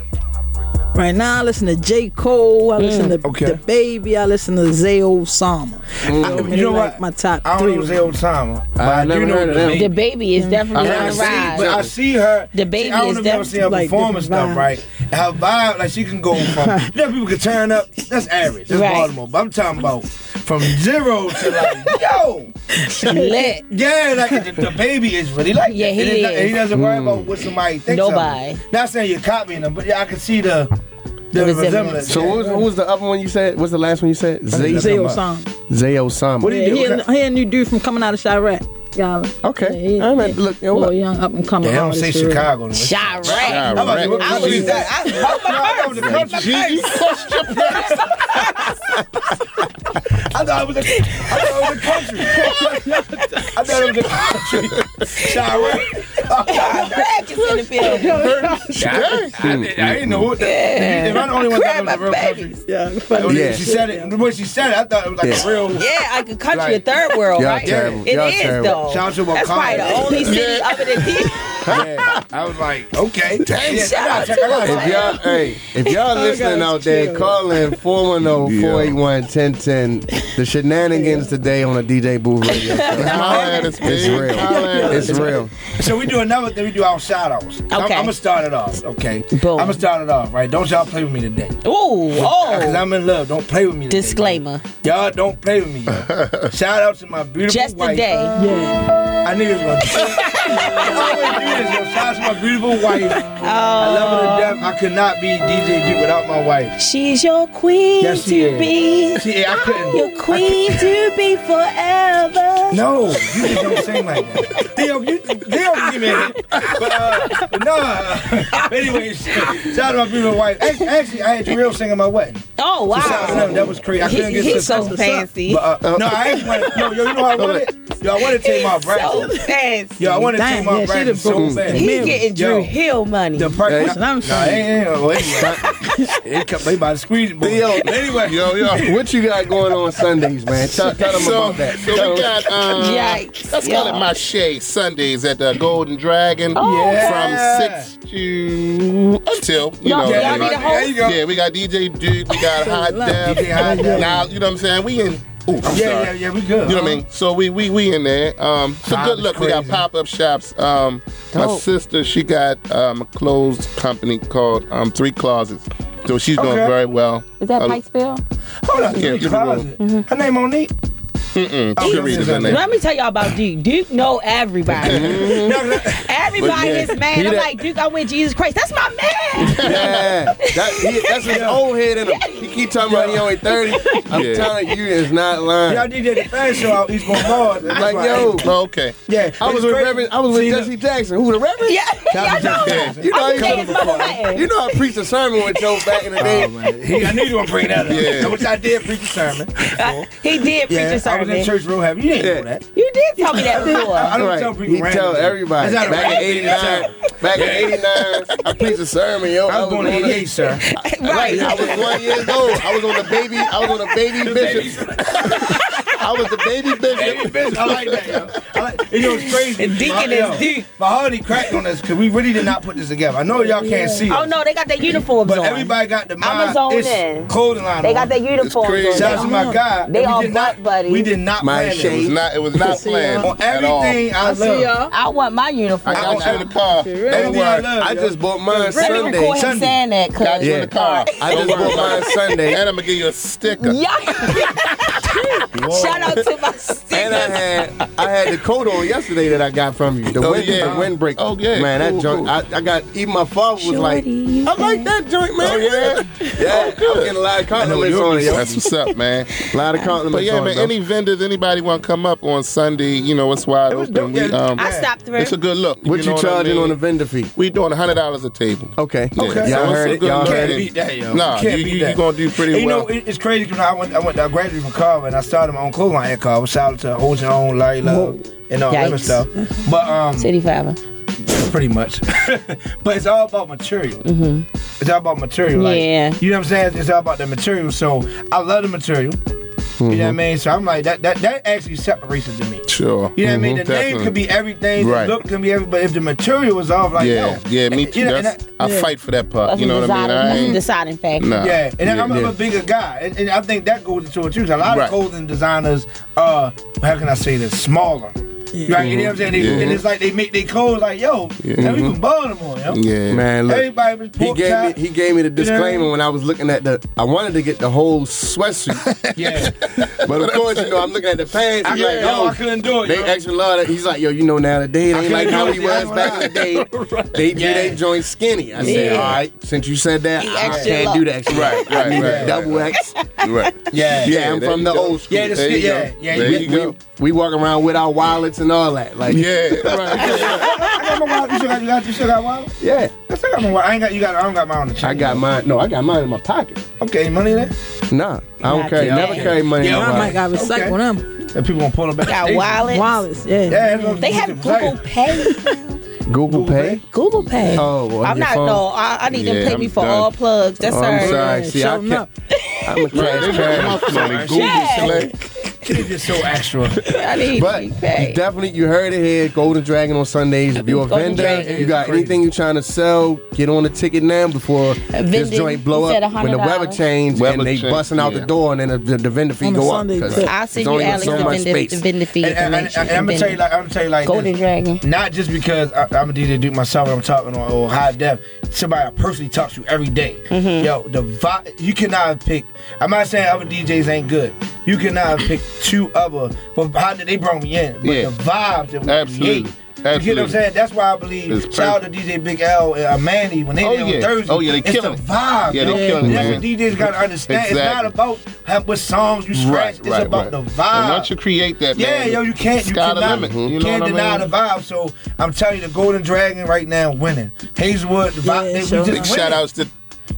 S5: Right now, I listen to J. Cole. I listen to
S1: Mm. okay.
S5: The Baby. I listen to Zayo Sama.
S1: you know
S5: like
S1: what?
S5: my top
S1: I
S5: three.
S1: don't know Zay Oldtimer. but
S3: I
S1: do
S3: never
S1: know
S3: heard of them.
S1: the
S2: The baby is definitely
S1: And
S2: on
S1: I
S2: the
S1: see, but
S2: rise.
S1: I see her.
S2: The baby
S1: see, I
S2: is
S1: don't know if you ever
S2: seen
S1: seen her
S5: like
S1: perform and
S5: different
S1: stuff,
S5: vibes.
S1: right? And Her vibe, like she can go from. you know, people can turn up. That's average. That's
S2: Right.
S1: Baltimore. But I'm talking about from zero to like, yo,
S2: Lit.
S1: yeah, like the, the baby is really like.
S2: Yeah,
S1: that.
S2: he
S1: And it's not-
S2: is.
S1: and he doesn't worry about
S3: Mm.
S1: what somebody thinks.
S2: Nobody.
S1: Of him. Not saying you're copying him, but yeah, I can see the the,
S2: resemblance.
S1: resemblance.
S3: So what was, what was the other one you said? What's the last one you said? Zay,
S5: Zayo Sama.
S3: Zay Osama.
S1: What do
S5: Yeah,
S1: you do?
S5: he, a, he a new dude from coming out of Chirac. Y'all.
S3: Okay.
S5: Yeah,
S3: I'm
S5: yeah.
S3: gonna look. yo,
S5: Little
S3: what-
S5: young up and coming.
S1: They don't
S5: artist,
S1: say
S5: for real.
S1: Chicago.
S2: Chirac.
S1: I'm about to- what-
S2: I
S1: what
S2: was
S1: is
S2: that. I
S1: that?
S2: was
S1: I was about to-
S6: Gee, you crushed your pants.
S1: I thought it was a, I thought it was a country. I thought it was a country. Chirac.
S2: Chirac is in the field.
S6: Dang.
S1: I, didn't- I didn't know what the, yeah. Am I the only one that
S2: Grab
S1: was
S2: my
S1: a real country?
S2: babies.
S5: Yeah,
S1: Like,
S5: fuck
S1: when
S3: Yeah.
S1: She said it. When she said it, I thought it was like
S3: Yeah.
S1: a real.
S2: Yeah, like a country
S1: Like-
S2: of third world,
S3: Y'all
S2: right?
S3: terrible.
S2: It
S3: Y'all
S2: is,
S3: terrible.
S2: though.
S1: Shout out to
S2: That's probably the
S1: Wakanda.
S2: only city
S6: Yeah.
S2: other than people.
S1: Yeah. I was like, okay. Dang, yeah, I gotta check, I gotta
S3: If
S1: check.
S3: y'all, hey, if y'all listening out there, call in 410-481-1010. The shenanigans today on a DJ Booth Radio. Show.
S6: Holla at us,
S3: It's
S6: baby. Holla at
S3: real.
S6: us.
S3: It's real.
S1: So we do another thing. We do our shout outs. Okay. I'm,
S2: Okay.
S1: gonna start it off. Okay.
S2: Boom.
S1: I'm gonna start it off. Right. Don't y'all play with me today. Uh,
S2: Ooh,
S1: Cause
S2: oh.
S1: I'm in love. Don't play with me. Today,
S2: Disclaimer.
S1: Y'all don't play with me. y'all. Shout out to my beautiful
S2: Just
S1: wife.
S2: today.
S5: yeah.
S1: I knew you was gonna do it. I always do this. yo. Shout out to my beautiful wife. I love
S2: Oh.
S1: her to death. I could not be DJ Duke without my wife.
S2: She's your queen
S1: Yes, she
S2: to
S1: is.
S2: be.
S1: She, I
S2: Your
S1: couldn't.
S2: queen to be forever.
S1: No, you just don't sing like that. Theo, you, Theo, give me a hit. But, uh, but no. uh, Anyways, shout out to my beautiful wife. Act- Actually, I had Jarrell sing at my wedding.
S2: Oh,
S1: Shout out to them.
S2: wow.
S1: That was crazy. I
S2: He,
S1: couldn't get
S2: he's
S1: to-
S2: so fancy.
S1: uh, But, uh, no, I actually wanted, yo, yo, you know what I wanted? Yo, I wanted to take my
S2: So
S1: bracket.
S2: fancy.
S1: Yo, I want wanted
S5: Dang,
S1: Tamar
S5: yeah, she
S1: Braxton
S5: done
S1: so
S5: broke
S1: bad.
S2: He
S5: Yo,
S2: getting Drew Hill money.
S1: The part,
S3: Hey,
S1: nah,
S5: listen, I'm
S1: nah,
S5: saying-
S1: ain't- ain't- wait, wait. They come- they about to squeeze it, boy. Anyway,
S6: Yo, yo.
S3: What you got going on Sundays, man? Tell, tell them
S6: So,
S3: about that.
S6: so
S3: Tell
S6: we
S3: 'em-
S6: got um,
S2: Yikes,
S6: let's call it
S2: y'all.
S6: my shade Sundays at the Golden Dragon
S1: yeah.
S6: from six to until you
S2: Y'all-
S6: know.
S2: y'all
S6: everybody-
S2: need a host?
S1: There you go.
S6: Yeah, we got DJ Duke, we got Hot
S5: love.
S1: DJ Hot
S6: Def.
S1: Def.
S6: Now you know what I'm saying. We in. Ooh, I'm
S1: yeah,
S6: sorry.
S1: yeah, yeah, we good.
S6: You know what I mean? So we we we in there. Um, so
S1: Nah,
S6: good
S1: that's
S6: luck. We got
S1: crazy.
S6: pop up shops. Um, my sister she got um a clothes company called um Three Closets. So she's doing
S1: Okay.
S6: very well.
S2: Is that
S6: Uh,
S2: Pikesville?
S1: Hold up,
S6: Yeah,
S1: yeah,
S6: give me
S1: closet. Her name Monique.
S6: Mm-mm,
S1: Oh,
S6: Sharita's
S1: that's
S6: her name.
S2: Let me tell y'all about Duke. Duke know everybody. everybody
S3: But yeah,
S2: is mad.
S3: he
S2: I'm
S3: that-
S2: like, Duke, I'm with Jesus Christ. That's my man.
S3: Yeah, that, he, that's his old head in him. He keep talking about he only thirty. I'm
S6: Yeah.
S3: telling you, it's not lying.
S1: Y'all did that fan show out Eastbourne Mall. That's
S3: like
S1: why-
S3: yo,
S6: Oh, okay.
S1: yeah,
S3: I was with Reverend, I was with
S1: See, look.
S3: Jesse Jackson. Who the Reverend?
S2: yeah, y'all know
S6: Yeah.
S2: him.
S3: You know,
S2: I'm
S3: I
S2: saying motherfucker.
S3: you know, I preached a sermon with Joe back in the day.
S1: Oh, man. He, I knew you were bring that up.
S6: Yeah.
S1: Yeah. Which I did preach a sermon.
S2: Uh, he did preach a
S1: Yeah, I was in
S2: sermon.
S1: church real heavy. You didn't know
S3: Yeah.
S1: that.
S2: You did tell me that
S1: I
S2: before.
S1: don't
S3: Right.
S1: tell people
S3: He
S1: random.
S3: tell everybody.
S1: That's not
S3: Back in
S1: random.
S3: '89, back in '89, I preached a sermon. Yo,
S1: I was born in
S3: on the-
S1: 88, sir.
S2: right.
S3: I was one years old. I was on the baby. I was on the baby bishop. I was the baby bishop.
S1: I like that. yo. I like, you know, it's crazy.
S2: The deacon
S1: My-
S2: is
S1: yo,
S2: deep.
S1: My heart he cracked on us because we really did not put this together. I know y'all can't see
S2: Oh
S1: us,
S2: no, they got their uniforms
S1: but
S2: on.
S1: everybody got the
S2: I'ma
S1: mind,
S2: zone
S1: it's
S2: in.
S1: clothing line
S2: they
S1: on.
S2: got their uniforms on.
S6: crazy.
S1: Shout out to my guy.
S2: They
S1: we
S2: all
S1: did
S2: butt
S1: not,
S2: buddies.
S1: We did not
S3: My
S1: plan
S6: It was
S1: this.
S3: shade.
S6: not. It was not
S5: See,
S6: planned
S5: y'all.
S1: On
S6: at all.
S1: everything I,
S5: I see
S1: love.
S5: y'all.
S2: I want my
S6: I
S2: uniform.
S6: got you in the car. Don't
S1: Everything I
S6: worry.
S1: love.
S3: I
S1: yo.
S3: just bought mine
S2: Let me
S3: Sunday.
S2: record him
S1: Sunday.
S2: saying that,
S6: Got
S2: cause
S6: you in the car.
S3: I just
S6: Don't
S3: bought
S6: worry.
S3: mine Sunday.
S6: And I'm gonna give you a sticker.
S2: y'all. Shout out to
S3: And
S2: my
S3: I
S2: stickers.
S3: had I had the coat on yesterday that I got from you. The,
S6: Oh,
S3: wind,
S6: yeah.
S3: the windbreak.
S6: Oh, yeah.
S3: Man, that
S6: Cool,
S3: joint.
S6: cool.
S3: I, I got even my father was like,
S2: Shorty.
S3: I like that joint, man.
S6: Oh, yeah?
S3: yeah.
S6: good.
S3: I'm getting a lot of compliments on it. yo.
S6: That's what's up, man.
S3: A lot of compliments
S6: But yeah,
S3: on
S6: man.
S3: it.
S6: Any vendors, anybody want to come up on Sunday? You know, it's wide
S1: It was
S6: open.
S1: dope, yeah.
S6: um,
S2: I stopped through.
S6: It's a good look.
S3: what
S6: know
S3: you,
S6: I
S3: charging
S6: mean?
S3: on the vendor fee?
S6: We doing hundred dollars a table.
S1: Oh,
S3: Okay.
S1: Okay.
S3: Y'all
S1: So
S3: heard
S6: it's
S3: it.
S6: a
S3: Y'all
S6: good
S3: heard
S6: look.
S3: it.
S1: beat that, yo.
S6: Nah,
S1: can't
S6: you-
S1: beat
S6: you-
S1: that.
S6: you gonna do pretty
S1: And you
S6: well.
S1: know, it- it's crazy because I went, I went, I graduated from Carver and I started my own clothing line at Carver. Shout out to Ocean Own, Larry Love, and all
S2: Yikes.
S1: that other stuff. But um,
S2: City Fiver.
S1: pretty much. but it's all about material. Mm-hmm. It's all about material. Like,
S2: Yeah.
S1: You know what I'm saying? It's all about the material. So I love the material.
S6: Mm-hmm.
S1: You know what I mean? So I'm like that. That that actually separates it to me.
S6: Sure.
S1: You know what I mean? The
S6: Mhm,
S1: name
S6: definitely.
S1: could be everything.
S6: Right.
S1: The look can be everything. But if the material is off, like
S6: Yeah,
S1: no.
S6: yeah, me
S1: And-
S6: too.
S1: you know, and
S6: That's,
S1: that-
S6: I fight for that part.
S2: That's
S6: You know
S2: the
S6: what I mean? I
S2: deciding,
S6: ain't,
S2: deciding factor.
S6: nah.
S1: Yeah, and I'm, I'm
S3: yeah.
S1: a bigger guy, and, and I think that goes into it too. 'cause A lot
S6: Right.
S1: of clothing designers are, how can I say this, smaller. Right, you know what I'm saying? They,
S6: Yeah.
S1: And it's like they make their clothes like, yo,
S6: Yeah.
S1: now we can ball them on, yo.
S6: Mm-hmm. Yeah.
S3: Man, look.
S1: Everybody was
S3: He
S1: pork
S3: gave
S1: chop.
S3: me he gave me the
S1: know what I
S3: disclaimer
S1: mean?
S3: when I was looking at the I wanted to get the whole sweatsuit.
S1: Yeah.
S3: But of course, you know, I'm looking at the pants.
S1: I'm
S3: He's
S1: like,
S3: like,
S1: yo,
S3: oh,
S1: I couldn't do it.
S3: They
S1: yo.
S3: extra love that. He's like, yo, you know, now today it ain't like how he was back in the day. They do
S1: Yeah.
S3: they joint skinny. I said,
S2: Yeah.
S3: all right, since you said that, I
S2: extra
S3: can't
S2: love.
S3: do the extra.
S6: Right,
S3: I
S6: right,
S3: need
S6: right,
S3: a double X.
S6: Right.
S1: Yeah.
S3: Yeah, I'm
S6: there
S3: from
S6: you
S3: the
S6: go.
S3: old school.
S1: Yeah, the
S6: There
S1: skin-
S6: you
S1: yeah,
S6: go.
S1: yeah,
S6: There
S1: yeah.
S6: you go.
S3: We walk around with our wallets and all that. Like, yeah,
S6: Yeah, right.
S1: I got my wallet. You still got, you got, you still got wallet? I still got my wallet. I ain't got, you got, I don't got mine on the chain.
S3: I got mine. No, I got mine in my pocket.
S1: Okay, money there?
S3: Nah, I don't
S2: Not
S3: carry.
S2: today.
S3: Never carry money.
S1: Yeah,
S3: in my
S1: I'm
S5: I
S3: pocket.
S5: might got to
S1: Okay.
S5: recycle them.
S1: And people gonna pull them back.
S2: Got
S1: They-
S2: wallets.
S5: Wallets, yeah.
S1: Yeah, that's what I'm
S2: They have
S1: saying.
S2: Google Pay.
S3: Google, Pay.
S2: Google Pay.
S3: Oh, well,
S2: I'm
S3: your
S2: not.
S3: phone.
S2: No, I, I need them
S6: Yeah,
S2: to pay
S6: I'm
S2: me for
S6: done.
S2: all plugs. That's
S3: Oh,
S2: all
S3: I'm
S2: right.
S3: sorry. See, I
S5: Show 'em
S3: can't.
S5: up.
S3: I'm a
S6: Right,
S3: trash
S6: they
S3: can.
S6: got money. Google
S2: Yeah.
S6: Select.
S1: Kids are so extra.
S2: I need
S3: But
S2: to
S3: you
S2: be paid.
S3: definitely, you heard it here. Golden Dragon on Sundays. If you're a
S2: Golden
S3: vendor,
S2: Dragon.
S3: you got anything you're trying to sell, get on the ticket now before this
S2: vending,
S3: joint blow
S2: you said
S3: up. When the weather
S2: $100.
S3: changes
S6: Weather
S3: and they
S6: change,
S3: busting out the
S6: yeah.
S3: door and then the, the, the vendor fee
S5: On a
S3: go up.
S5: Sunday
S3: 'cause
S5: tip.
S2: I'll
S3: there's
S2: send you
S3: only
S2: Alex
S3: so
S2: the
S3: much
S2: vendor, the
S3: space.
S2: vendor fee
S1: And, and, and,
S2: information.
S1: I'm gonna tell you like I'm gonna tell you like
S2: Golden
S1: this.
S2: Dragon.
S1: Not just because I, I'm a DJ Duke myself and I'm talking on oh, high def. Somebody I personally talk to every day.
S2: Mm-hmm.
S1: Yo, the vibe you cannot pick. I'm not saying other DJs ain't good. You cannot pick two other. But how did they brought me in? But
S6: Yeah.
S1: the vibes that we
S6: Absolutely.
S1: create. You get what
S6: Absolutely.
S1: I'm saying? That's why I believe
S6: It's
S1: shout out to DJ Big L and uh, Manny when they
S6: Oh,
S1: there on
S6: yeah.
S1: Thursday.
S6: Oh, yeah, they
S1: it's
S6: killing
S1: the
S6: it.
S1: vibe.
S6: Yeah, they
S1: yo.
S6: killing it,
S1: That's
S6: man.
S1: what DJs gotta understand. It's not
S6: Exactly.
S1: about how, what songs you scratch. it's about the vibe.
S6: And once you create that,
S1: Yeah,
S6: man,
S1: yo, you can't, you
S6: sky the
S1: cannot,
S6: limit. You know
S1: can't
S6: what
S1: deny
S6: I mean?
S1: the vibe. So I'm telling you, the Golden Dragon right now winning. Hazelwood, the vibe,
S5: Yeah,
S1: they- we
S5: sure.
S1: just
S6: Big
S1: winning.
S6: shout outs to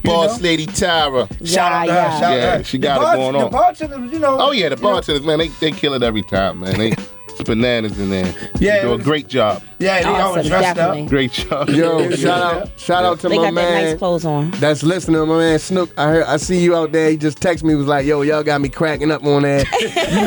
S6: boss lady Tyra.
S1: Shout out
S2: Yeah,
S1: to her,
S2: yeah.
S1: shout out
S6: Yeah,
S1: to her.
S6: she
S1: The
S6: got it
S1: bar-
S6: going
S1: The
S6: on.
S1: bartenders, you know.
S6: Oh yeah, the
S1: you know,
S6: bartenders, man, they, they kill it every time, man. They bananas in there.
S1: Yeah,
S6: you do a great job.
S1: Yeah, they always
S2: Awesome,
S1: dressed
S2: definitely.
S1: up.
S6: Great job.
S3: Yo, shout out, shout out to
S2: They
S3: my
S2: got
S3: man.
S2: that nice clothes on.
S3: That's listening, my man Snook. I heard, I see you out there. He just texted me, was like, "Yo, y'all got me cracking up on that." you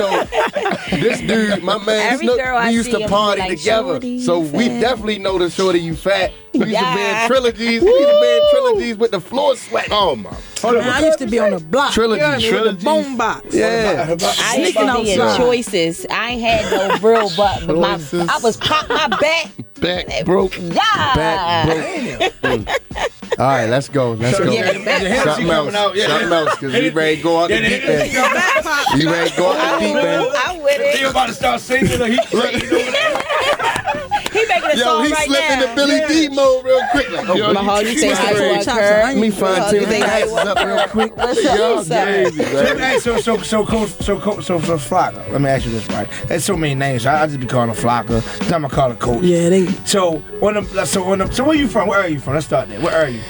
S3: know, this dude, my man
S2: Every
S3: Snook,
S2: girl
S3: we
S2: I
S3: used
S2: see
S3: to
S2: him,
S3: party
S2: like,
S3: together,
S2: "Shorty,
S3: so
S2: you
S3: we
S2: fat."
S3: definitely know the shorty you fat. We used to be in
S2: Yeah.
S3: trilogies. We used to be in trilogies with the floor sweat.
S6: Oh my.
S1: Hold
S5: Man, I used to be on the block.
S3: Trilogy,
S5: you know what I mean, with
S3: trilogy.
S5: the bone box.
S3: Yeah,
S2: I used
S5: Sneaking
S2: to be in
S5: outside.
S2: choices. I ain't had no real butt, but my,
S6: Choices.
S2: I was pop my back.
S6: Back broke.
S2: Yeah.
S3: back broke. Mm. All right, let's go. Let's go.
S1: Yeah, the hips
S3: Something
S1: keep coming
S3: else.
S1: out. Yeah,
S3: Something else, cause we ready to go out the
S1: Yeah,
S3: deep
S1: the hips
S3: end.
S1: come out.
S3: We ready to go out the deep end.
S2: I'm with it.
S1: He about to start singing. Like, he,
S2: He making a
S6: Yo,
S2: song
S6: he
S2: right
S6: slipped
S2: now.
S6: into Billy D mode real quick. Like, yo,
S2: Mahal, you
S6: keep
S2: say
S6: it
S2: hi to
S6: real.
S2: us.
S3: Let me find Tim Rice up real quick.
S2: What's up?
S1: Tim, hey, so so so cool, so cool, so so Flocka. Let me ask you this, right? There's so many names. I, I just be calling him Flocka. Then I'm gonna call him Coach.
S5: Yeah, they.
S1: So on the so on the so where you from? Where are you from? Let's start there. Where are you?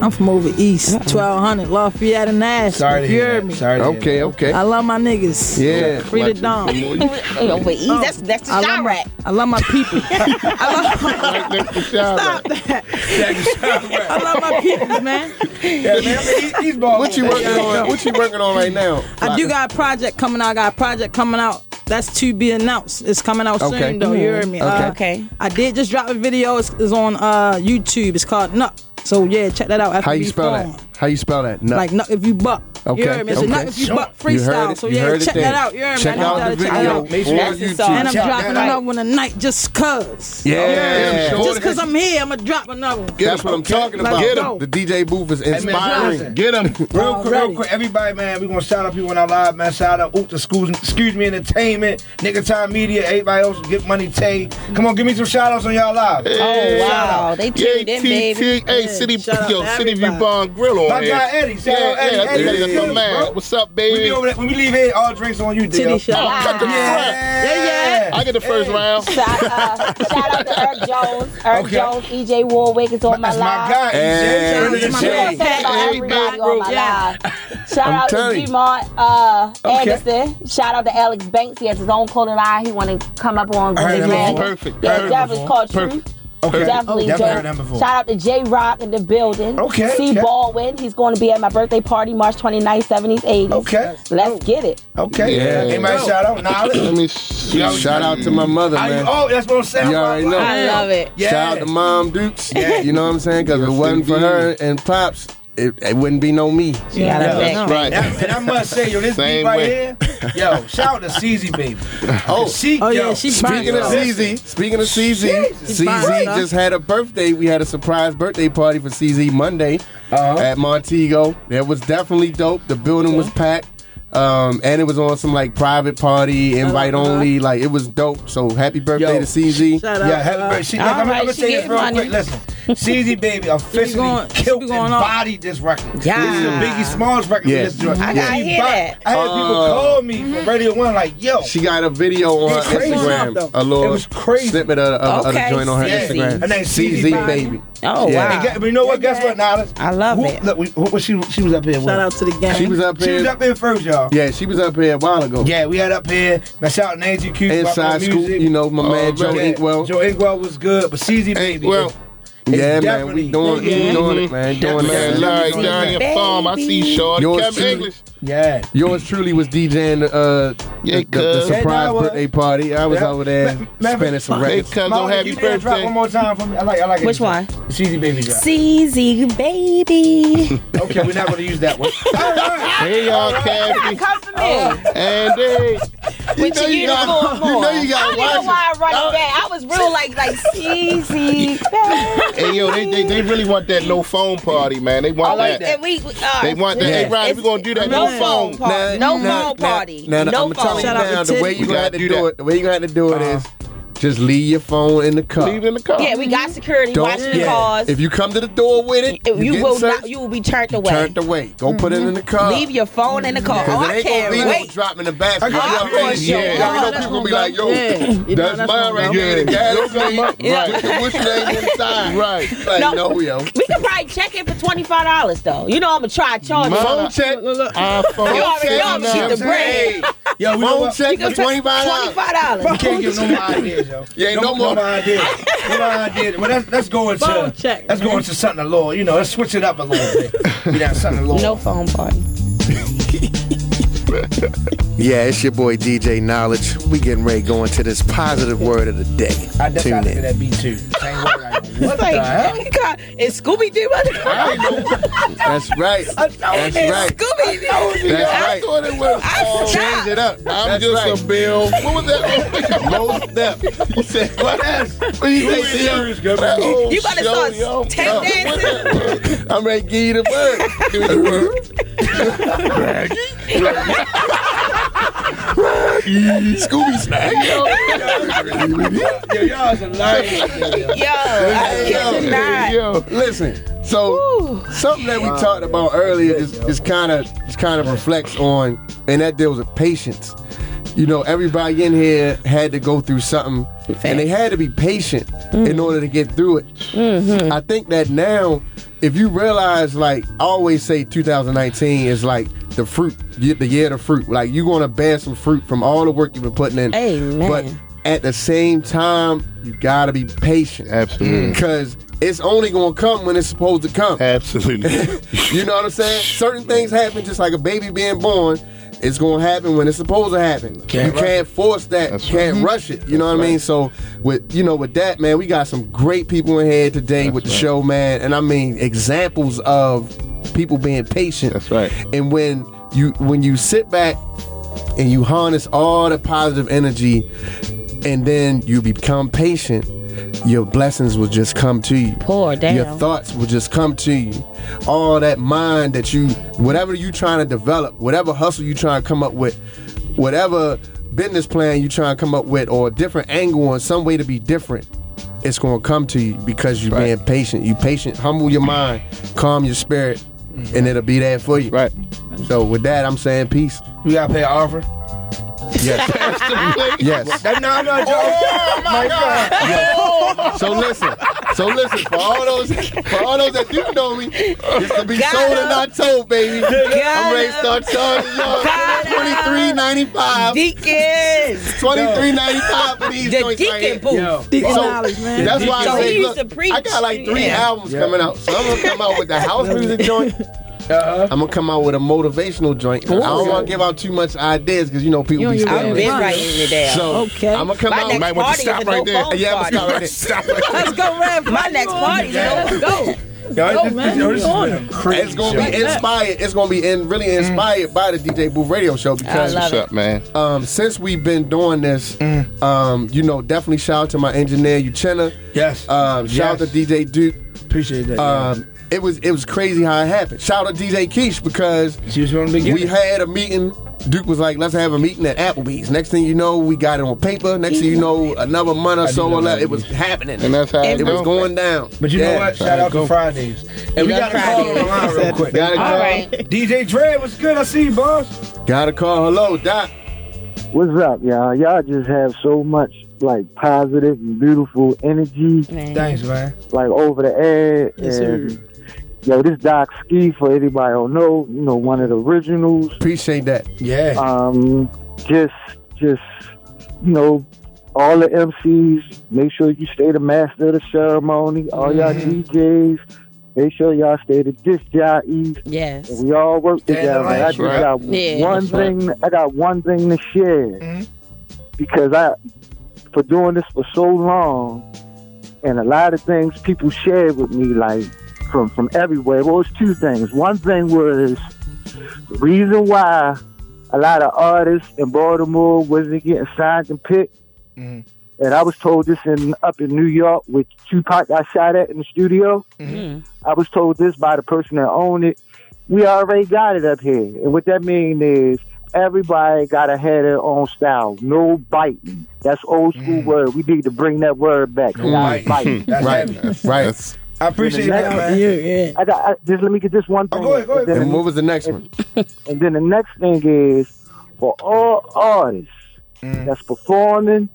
S5: I'm from over east, 1200 Lafayette and Nash.
S1: Sorry
S5: you
S1: to hear.
S5: heard
S1: that.
S5: me.
S1: Sorry. To hear
S3: Okay, okay.
S5: I love my niggas.
S3: Yeah.
S5: free the dom.
S2: Oh, wait, ease. That's that's the
S5: I love,
S2: shot
S5: my,
S2: rack.
S5: I love my people. I love my,
S6: Stop.
S1: that.
S5: I love my people, man.
S1: yeah, man, he's, he's balling.
S3: What you working on? What you working on right now?
S5: I do got a project coming out. I got a project coming out. That's to be announced. It's coming out
S3: Okay.
S5: soon, though. You heard me?
S3: Okay.
S5: Uh,
S2: Okay.
S5: I did just drop a video. It's, it's on uh, YouTube. It's called Nuck. So yeah, check that out.
S3: How you spell that? How you spell that? No.
S5: Like Nuck if you buck.
S3: Okay,
S5: You heard me? It's a
S3: okay.
S5: Nuck if you
S1: Sure.
S5: buck
S3: You heard
S5: freestyle.
S3: it-
S5: So
S3: you
S5: yeah,
S3: heard it
S5: check
S3: there.
S5: that out. You heard me?
S3: Check
S5: I need
S3: out
S5: y'all
S3: the
S5: to check
S3: video.
S5: that out.
S1: Make sure
S3: Or
S1: that's the
S3: YouTube.
S2: song.
S5: And I'm
S1: Check
S5: dropping
S1: that out.
S5: another one tonight just cause.
S3: Yeah.
S6: Yeah.
S5: Just because I'm here, I'm going to drop another one.
S3: That's what I'm talking about.
S5: Get 'em.
S3: The DJ booth is inspiring.
S1: listen.
S3: Get him.
S1: Real quick, real
S5: Already.
S1: quick, everybody, man, we gonna shout out people in our live, man. Shout out Oop the Schools, excuse me, entertainment, nigga time media, everybody else, get money Tay. Come on, give me some shout outs on y'all live.
S2: Oh wow, they
S6: Yeah,
S2: tuned in, baby.
S6: Hey, City,
S5: shout out
S6: yo,
S5: to
S6: City View
S5: everybody.
S6: Bar and Grill on
S1: My
S6: here.
S1: guy Eddie, shout
S6: yeah,
S1: out Eddie,
S6: yeah,
S1: Eddie,
S6: that's
S1: Eddie,
S6: my man.
S1: bro.
S6: What's up,
S1: We be
S6: baby?
S1: over there, when we leave here, all drinks on you,
S5: Titty
S1: Dale.
S5: shot.
S6: Oh, cut the front.
S1: Yeah,
S6: I get the first round.
S2: Shout, uh, shout out to Eric Jones. Eric
S1: Okay.
S2: Jones, EJ Warwick is on my
S1: That's my
S2: live.
S1: guy. E
S3: Hey.
S1: Really
S5: That's my
S1: shit.
S5: man.
S2: Shout out to everybody on my
S5: Yeah.
S2: live. Shout
S3: I'm
S2: out to
S3: telling you.
S2: Gmont uh,
S1: Okay.
S2: Anderson. Shout out to Alex Banks. He has his own clothing line. He want to come up on
S1: I heard
S2: Green
S1: him
S2: Man.
S1: before.
S6: Perfect.
S2: Yeah,
S6: Heard him
S2: Dev is
S1: before.
S2: called Truth.
S3: E
S1: E Okay.
S2: Definitely,
S1: Definitely
S2: Joe.
S1: heard that before.
S2: Shout out to J Rock in the building.
S1: Okay,
S2: C
S1: okay.
S2: Baldwin. He's going to be at my birthday party March 29th, 70s, 80s.
S1: Okay.
S2: Let's get it.
S1: Okay.
S3: Yeah.
S1: Anybody shout out?
S6: Let
S1: Knowledge?
S6: me
S3: Shout out to my mother,
S1: Are you-
S3: man.
S1: oh, that's what I'm saying.
S3: You already know.
S2: I love it.
S1: Yeah.
S3: Shout out to Mom Dukes.
S1: Yeah.
S3: You know what I'm saying? Because if it wasn't for her and Pops, it, it wouldn't be no me.
S2: Yeah,
S1: that's
S2: that's
S6: Right.
S1: And I- and I must say, yo, this
S6: Same
S1: beat right
S6: way.
S1: here, yo, shout out to CZ baby.
S3: Oh,
S1: She,
S5: Oh,
S1: yo,
S5: yeah, she
S3: Speaking of
S5: Yo.
S3: CZ, speaking of CZ, CZ
S5: fine, huh?
S3: just had a birthday. We had a surprise birthday party for CZ Monday
S1: Uh-huh.
S3: at Montego. That was definitely dope. The building was packed. Um, and it was on some like private party, invite only. Like it was dope. So happy birthday
S1: Uh-huh. Yo.
S3: to CZ.
S5: Shout out. uh,
S1: Yeah, happy birthday. She,
S2: All
S1: I'm,
S2: right,
S1: I'm gonna
S2: she
S1: say this
S2: getting
S1: real
S2: money.
S1: quick. Listen, CZ Baby officially
S5: going- she be
S1: killed and
S5: going off.
S1: bodied this record.
S2: Yeah.
S1: This is the Biggie Smalls record
S3: Yeah.
S1: we listened to.
S2: I- I
S1: She
S2: hear
S1: body-
S2: that. Mhm.
S1: I had people
S3: Oh.
S1: call me from Radio 1 like, yo.
S3: She got a video on her
S1: It's crazy.
S3: Instagram. A little
S1: It was crazy.
S3: snippet of, of, of the
S2: Okay,
S3: joint on her
S1: CZ.
S3: Instagram.
S1: Her name CZ
S3: CZ
S1: Body.
S3: baby.
S2: Oh,
S3: Yeah.
S1: and
S2: wow.
S1: get- but you know what? Guess what, Nollis?
S2: I love
S1: Who-
S2: it.
S1: Look, we, who was she, she was up here with?
S5: Shout out to the gang.
S3: She was up
S1: She was
S3: here.
S1: up here first, y'all.
S3: Yeah, she was up here a while ago.
S1: Yeah, we had up here. Now, shout out to Nancy Q.
S3: Inside Scoop, you know, my man Joe
S1: yeah.
S3: Inkwell.
S1: Joe Inkwell was good, but CZ Baby.
S6: Well,
S3: yeah, man,
S1: definitely-
S3: we doing, we doing it, man, doing
S1: Definitely.
S3: it.
S6: man,
S1: Yeah.
S6: Larry
S1: Yeah.
S6: down your
S2: Baby.
S6: farm. I see Sean.
S3: Yours
S6: Kevin
S3: truly.
S6: English.
S1: yeah.
S3: Yours truly was DJing the, uh,
S6: Yeah,
S3: the, the- the
S6: cuz.
S1: Yeah, I
S3: surprise
S1: was.
S3: birthday party. I was
S1: Yeah.
S3: over there
S1: Ma- ma-
S3: spinning some
S1: ma-
S6: Hey,
S3: records.
S6: cuz, on
S1: Mama,
S6: happy
S1: you did Drop one
S6: birthday.
S1: more time for me. I like, I like it.
S2: Which one?
S1: The CZ Baby drop.
S2: CZ, baby.
S1: Okay, we're not going to use that one. All right.
S6: Hey, y'all, Kathy.
S2: Come for
S1: Oh.
S2: me.
S6: Andy.
S2: With your uniform
S6: you know
S2: on.
S6: you
S2: I
S6: gotta
S2: don't even know
S6: watch
S2: why I
S3: Oh.
S2: run back. I was real like, like CZ, baby.
S6: Hey, yo, they, they, they really want that no phone party, man. They want that.
S2: And we, uh,
S6: They want that.
S3: Yeah.
S6: Hey, Ryan, we're going to do that
S2: No
S6: no phone.
S2: phone party. No phone party.
S3: Now, now,
S2: No
S3: I'm gonna tell
S2: phone.
S3: you
S5: Shout out
S3: now,
S5: to
S3: the way you
S5: Titty.
S6: We
S3: gonna have to
S6: gotta do
S3: do
S6: that.
S3: Uh-huh. it, the way you gonna have to do it is Just leave your phone in the car.
S6: Leave it in the car.
S2: Yeah, we got security
S3: uh, Mm-hmm. Don't-
S2: watching the
S3: yeah.
S2: cars.
S3: If you come to the door with it,
S2: If you
S3: getting
S2: will
S3: searched,
S2: not, you will be turned away.
S3: turned away. Go put it in the car.
S2: Leave your phone in the car. Oh,
S3: Cause it
S2: I
S3: ain't gonna
S2: can't
S3: be no
S2: wait.
S3: drop in the basket.
S1: I got-
S3: You know what I mean?
S2: Yeah.
S3: Yeah, you know
S5: that's
S3: people
S5: gonna
S3: be like,
S5: go-
S3: yo,
S5: Yeah. You know
S3: that's,
S5: that's
S3: mine
S5: gonna
S3: right
S5: go-
S3: there. The gas station.
S2: Yeah.
S3: With the what's name inside.
S6: Right.
S3: Like,
S2: No.
S3: no, yo.
S2: We can probably check it for twenty five dollars though. You know I'm gonna try to charge.
S6: Mine-
S2: you.
S3: Phone check.
S5: Look, look, look.
S6: iPhone.
S2: You already know I'm
S6: seven
S2: shit
S6: up.
S2: the bread.
S1: Yo, we
S3: Phone check
S2: You
S3: for
S2: can
S3: twenty five dollars.
S2: Twenty five dollars.
S1: You can't give no more ideas, yo.
S3: Yeah, ain't no more.
S1: No more ideas. No more ideas. Well, that's, that's going to
S5: Phone check,
S1: that's
S5: man.
S1: going to something a little. You know, let's switch it up a little bit. You know, something a little.
S2: No phone party.
S10: Yeah, it's your boy DJ Knowledge. We getting ready to go into this positive word of the day.
S1: I decided
S10: Tune
S1: to
S10: in.
S1: that beat too. Same way, like, what
S2: It's
S1: the hell?
S2: like God, it's Scooby Doo.
S3: That's right. That's right.
S2: Scooby Doo.
S3: That's
S6: I
S3: right.
S6: thought it was.
S2: I
S3: Change
S2: stopped.
S3: it up.
S6: I'm
S3: That's
S6: just
S3: right.
S6: a bill. What was that?
S3: Most step. You said, what else? What you say, Sierra?
S6: That old
S2: You better
S6: show,
S2: start
S6: yo.
S2: tap
S6: Yo, what
S2: dancing.
S6: that was?
S3: I'm ready to give you the bird.
S6: Give me the word.
S3: Scooby snack.
S1: Yo, y'all is a lying.
S2: Yo, I
S3: Yo,
S2: cannot.
S3: yo, listen. So something that we talked about earlier is, is kind of just kind of reflects on, and that deals with patience. You know, everybody in here had to go through something, and they had to be patient in
S2: Mm.
S3: order to get through it.
S2: Mm-hmm.
S3: I think that now, if you realize, like I always say, 2019 is like the fruit, y- the year of the fruit. Like you're gonna bear some fruit from all the work you've been putting in.
S2: Amen.
S3: But at the same time, you gotta be patient.
S6: Absolutely.
S3: Because it's only gonna come when it's supposed to come.
S6: Absolutely.
S3: You know what I'm saying? Certain things happen just like a baby being born. It's gonna happen when it's supposed to happen.
S1: Can't
S3: you
S1: rush
S3: can't force that.
S6: That's
S3: you can't
S6: right.
S3: rush it. You know what I mean? So with you know with that man, we got some great people in here today with the show, man. And I mean examples of people being patient.
S6: That's right.
S3: And when you when you sit back and you harness all the positive energy, and then you become patient. Your blessings will just come to you.
S2: Pour down.
S3: Your thoughts will just come to you. All that mind that you, whatever you trying to develop, whatever hustle you trying to come up with, whatever business plan you trying to come up with, or a different angle on some way to be different, it's going to come to you because you being patient. You patient, humble your mind, calm your spirit, and it'll be there for you.
S6: Right.
S3: So with that, I'm saying peace.
S1: We gotta pay an offer.
S3: Yes. yes.
S1: That, no, I'm not joking. Oh my god.
S2: Oh.
S3: So listen. So listen. For all those, for all those that do know me, it's to be
S2: Got
S3: sold
S2: him.
S3: and not told, baby. I'm ready to
S2: him.
S3: start charging y'all.
S2: Got him.
S3: Twenty three ninety five.
S2: Deacons.
S3: Twenty three ninety five for these
S2: The
S3: joints right
S2: deacon
S3: here.
S2: booth.
S1: Yo.
S5: Deacon
S3: So,
S5: Knowledge, man.
S3: That's why
S2: So
S3: I say,
S2: he used
S3: look,
S2: to preach.
S3: I got like three
S2: Yeah.
S3: albums coming out. So I'm gonna come out with the house music joint.
S1: Uh-huh.
S3: I'm gonna come out with a motivational joint. I don't want to give out too much ideas because you know people
S5: You
S3: be
S5: don't even
S2: I've
S3: scared.
S5: really
S2: been writing it down.
S3: So
S5: Okay.
S3: I'm gonna come
S2: My
S3: out.
S2: next
S6: might want to
S2: party is
S6: stop
S2: a
S6: right
S2: no
S6: there.
S2: phone
S3: yeah, I'm
S2: party.
S3: gonna stop right there.
S6: Stop it.
S5: Let's go, Rev.
S2: My next party is
S5: Let's
S2: no.
S5: go.
S1: Yo, this,
S5: man,
S1: yo,
S5: you
S1: this
S5: on
S1: is crazy.
S3: It's gonna be inspired. It's gonna be in,
S1: Mm.
S3: really inspired by the DJ Booth Radio Show because
S2: love
S6: What's up, man?
S10: Uh,
S3: um, since we've been doing this,
S1: Mm.
S3: um, you know, definitely shout out to my engineer Uchenna.
S1: Yes.
S3: Um, shout out to
S1: Yes.
S3: DJ Duke.
S1: Appreciate that. yeah.
S3: Um, it was it was crazy how it happened. Shout out to DJ Keish because
S1: She was from the
S3: we
S1: beginning.
S3: had a meeting. Duke was like, "Let's have a meeting at Applebee's." Next thing you know, we got it on paper. Next thing you know, another month or
S1: do
S3: so,
S1: love
S3: or less, it
S1: Applebee's.
S3: was happening.
S6: And that's how
S3: it
S6: it
S3: was
S6: go.
S3: going down.
S1: but you
S3: Yeah.
S1: know what? Shout out to Fridays. And we
S2: love
S1: got to call on
S2: Fridays.
S1: the line real quick.
S3: Gotta call.
S2: All right.
S1: DJ Dre, what's good? I see you, boss.
S3: Gotta call. Hello, Doc.
S7: What's up, y'all? Y'all just have so much like positive and beautiful energy,
S1: Thanks, man.
S7: like over the air.
S5: Yes,
S7: and yo, this Doc Ski for anybody who don't know, you know, one of the originals.
S3: Appreciate that.
S1: Yeah.
S7: Um, just, just, you know, all the MCs. Make sure you stay the master of the ceremony. All y'all DJs. Make sure y'all stay the disc jockeys.
S2: Yes.
S7: We all work
S1: Stand
S7: together. I
S1: alike,
S7: just
S6: right?
S7: got
S2: Yeah,
S7: one
S2: that's right.
S7: thing. I got one thing to share because I, for doing this for so long, and a lot of things people shared with me, like from from everywhere. Well, it's two things. One thing was the reason why a lot of artists in Baltimore wasn't getting signed and picked. And I was told this in up in New York with Tupac. I shot at in the studio.
S2: Mm.
S7: I was told this by the person that owned it. We already got it up here. And what that means is Everybody gotta have their own style. No biting. That's old
S1: Mm.
S7: school word. We need to bring that word back.
S1: No biting. That's heavy. That's-
S3: right.
S1: I appreciate that, man.
S5: Yeah,
S7: I got, I, just let me get this one thing.
S1: Oh, go ahead, go ahead.
S7: And then-
S3: And what was the next one?
S7: And then the next thing is for all artists
S1: Mm.
S7: that's performing,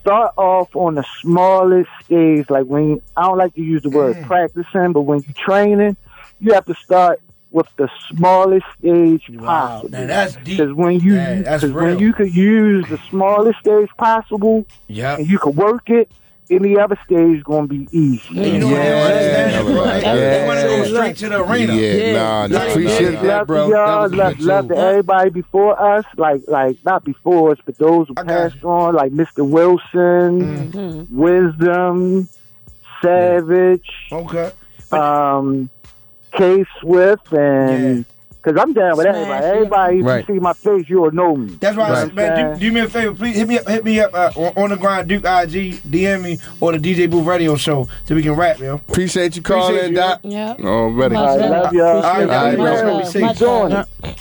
S7: start off on the smallest stage. Like when I don't like to use the word
S1: Mm.
S7: practicing, but when you're training, you have to start with the smallest stage possible.
S1: now that's deep.
S7: Because when you
S1: Man, that's
S7: 'cause when
S1: real.
S7: you could use the smallest stage possible,
S1: Yeah.
S7: and you could work it, any other stage is gonna be easy.
S1: You know what they don't understand, bro. They- They
S3: Yeah.
S1: want to go straight to the arena.
S6: Yeah, nah, nah,
S3: Appreciate
S6: nah, nah.
S3: that,
S7: love
S3: bro.
S7: to y'all.
S3: That was
S7: Love,
S3: good
S7: love to
S3: too.
S7: everybody before us. Like, like not before us, but those who
S1: I got
S7: passed on, like Mr. Wilson,
S11: Mm-hmm.
S7: Wisdom, Savage,
S1: Okay.
S7: um, K Swift,
S1: Yeah.
S7: and because I'm down with
S5: Smash,
S7: everybody.
S5: yeah.
S7: Everybody, if
S3: Right.
S7: you see my face, you'll know me.
S1: That's why, I said,
S7: Right.
S1: man. Do, do me a favor, please hit me up. Hit me up uh, on, on the grind, Duke IG, DM me or the DJ Booth Radio Show so we can rap, yo.
S3: Appreciate you calling,
S1: Appreciate
S3: Doc.
S2: Yep.
S6: Already.
S7: I love y'all.
S1: All right,
S3: All right,
S1: man, that's
S3: bro.
S1: what we
S2: Much
S1: see.
S2: love.
S7: Doing it.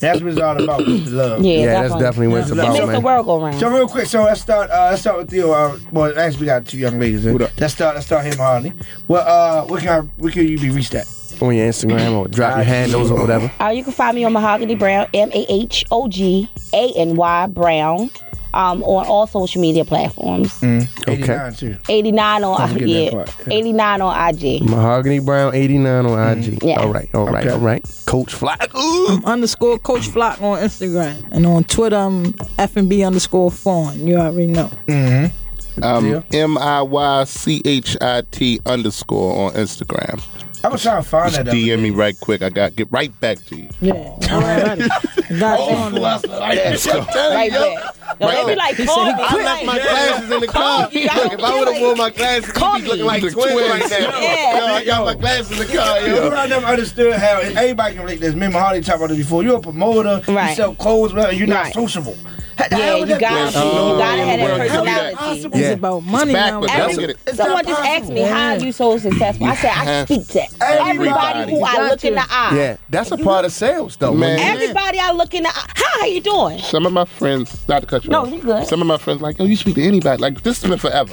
S1: That's what it's all about, is love.
S2: Yeah,
S3: Yeah, that's definitely what it's
S2: It
S3: about,
S2: makes the
S3: man.
S2: world go round.
S1: So real quick, so let's start. Uh, let's start with Theo. Uh, well, actually, we got two young ladies. In.
S6: What up?
S1: Let's start. Let's start him, Harley. Well, uh, where can I, where can you be reached at?
S3: On your Instagram or drop your
S1: Alright.
S3: handles or whatever.
S2: Uh, you can find me on Mahogany Brown, M A H O G A N Y Brown, um, on all social media platforms.
S1: Eighty nine too.
S2: 89 on
S1: forget that
S2: yeah,
S1: part.
S2: 89 on IG.
S3: Mahogany Brown 89 on IG.
S2: Yeah.
S3: All right, all right,
S1: Okay.
S3: all right. Coach Fly. Ooh.
S5: I'm underscore Coach Flock on Instagram and on Twitter. I'm F and B underscore Fawn. You already know.
S1: Yeah.
S6: Um, M I Y C H I T underscore on Instagram.
S1: I was trying to find
S6: Just
S1: that. the
S6: DM me right quick. I got get right back to you.
S5: Yeah, alrighty.
S3: Oh,
S5: Got you
S10: Oh,
S5: on there.
S2: Right there. Now, they be like, call me.
S10: I left my
S2: Like,
S10: glasses in the car.
S2: you. I
S10: Look, if
S2: don't
S10: I would have
S2: care.
S10: worn my glasses,
S2: Call
S10: I'd be
S2: me.
S10: looking like
S6: The
S10: twins right
S6: twins.
S10: now.
S2: Yeah.
S10: Yo, I got my glasses in the car,
S1: You know
S10: yo.
S1: what I never understood how everybody can relate to this. Me and Harley talked about this before. You're a promoter, you
S2: Right.
S1: sell clothes, whatever, and you're not
S2: Right.
S1: sociable.
S2: Yeah, you gotta,
S6: Oh,
S2: you gotta have
S6: well,
S2: that
S6: you do that.
S2: personality.
S5: It's
S3: Yeah.
S5: about money now.
S6: backwards. That's
S5: Every-
S6: it.
S1: It's
S2: Someone
S1: not
S2: just asked me,
S1: possible.
S2: how are you so successful? I said, I
S6: have
S2: speak to
S1: everybody.
S2: everybody who I
S5: Got
S2: look in
S5: you.
S2: the eye.
S3: Yeah, that's a part of sales, though. When
S6: Man.
S3: you-
S2: Everybody I look in the eye. Hi, how you doing?
S6: Some of my friends, not to cut you
S2: No,
S6: off.
S2: you good.
S6: Some of my friends like, oh, you speak to anybody. Like this has been forever.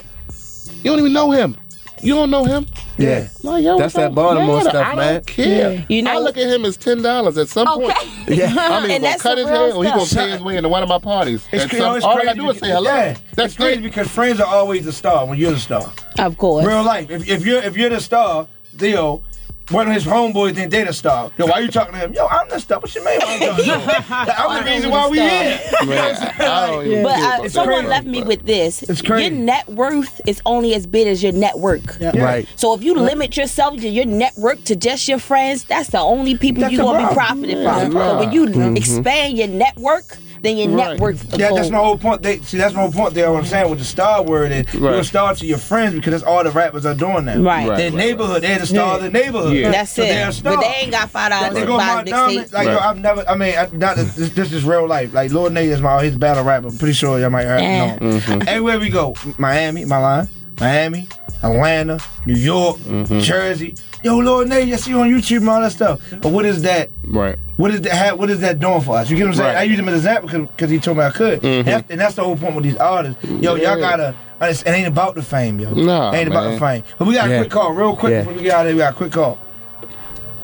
S6: You don't even know him. You don't know him.
S3: Yeah.
S6: No, yo,
S3: That's
S6: it
S3: that
S6: don't
S3: Baltimore
S6: matter.
S3: stuff,
S6: I
S3: man.
S6: Don't care.
S2: You know-
S6: I look at him as ten dollars at some point.
S2: Okay.
S3: Yeah.
S6: I'm either
S2: And
S6: gonna
S2: that's
S6: cut
S2: the
S6: his
S2: real
S6: hair or he's gonna
S2: stuff.
S6: pay his way into one of my parties.
S1: It's,
S6: And
S1: crazy-
S6: some-
S1: it's
S6: all I
S1: crazy
S6: gotta do is
S1: because-
S6: say hello.
S1: Yeah.
S6: That's
S1: it's crazy
S6: great.
S1: because friends are always the star when you're the star.
S2: Of course.
S1: Real life. If, if you're if you're the star, Theo, one of his homeboys then they the star. Yo, why you talking to him? Yo, I'm the star. What you mean? why I'm talking to him? Like, I'm the reason why we here.
S6: Man, I don't even
S2: But
S6: care
S2: uh,
S6: about
S2: someone
S6: that.
S2: left me with this.
S1: It's crazy.
S2: Your net worth is only as big as your network.
S3: Right.
S2: So if you limit yourself to your network to just your friends, that's the only people
S1: That's
S2: you're
S1: the
S2: gonna be
S1: problem.
S2: profiting
S6: Yeah,
S2: from.
S6: right.
S2: But when you expand your network, then your
S6: Right.
S2: network.
S1: Yeah, that's my whole point. They, see, that's my whole point there. What I'm saying with the star word is
S6: Right.
S1: you're a star to your friends because that's all the rappers are doing now.
S2: Right.
S6: Right,
S1: Their
S6: right,
S1: neighborhood, they're the star of the neighborhood.
S6: Yeah.
S2: That's
S1: So they're a
S2: it.
S1: star.
S2: But they ain't got five dollars
S1: They
S2: to
S1: go
S2: buy
S1: my
S2: a mixtape.
S1: dominant. Like yo,
S6: Right.
S1: I've never. I mean, I, not, that- this, this is real life. Like Lord Nate is my his battle rap. I'm pretty sure y'all might have
S2: Yeah.
S1: known.
S6: Mm-hmm.
S1: Everywhere we go, Miami, my line, Miami, Atlanta, New York,
S6: Mm-hmm.
S1: Jersey. Yo, Lord Nate, I see you on YouTube and all that stuff. But what is that?
S6: Right.
S1: What is that? ha- What is that doing for us? You get what I'm saying?
S6: Right. Mm-hmm.
S1: I use him as an example because he told me I could, and, that's, and that's the whole point with these artists. Yo,
S6: Yeah.
S1: y'all gotta. It ain't about the fame, yo.
S6: Nah,
S1: it ain't about
S6: man.
S1: the fame. But we got
S3: Yeah.
S1: a quick call, real quick.
S3: Yeah.
S1: Before we get out of here, we got a quick call.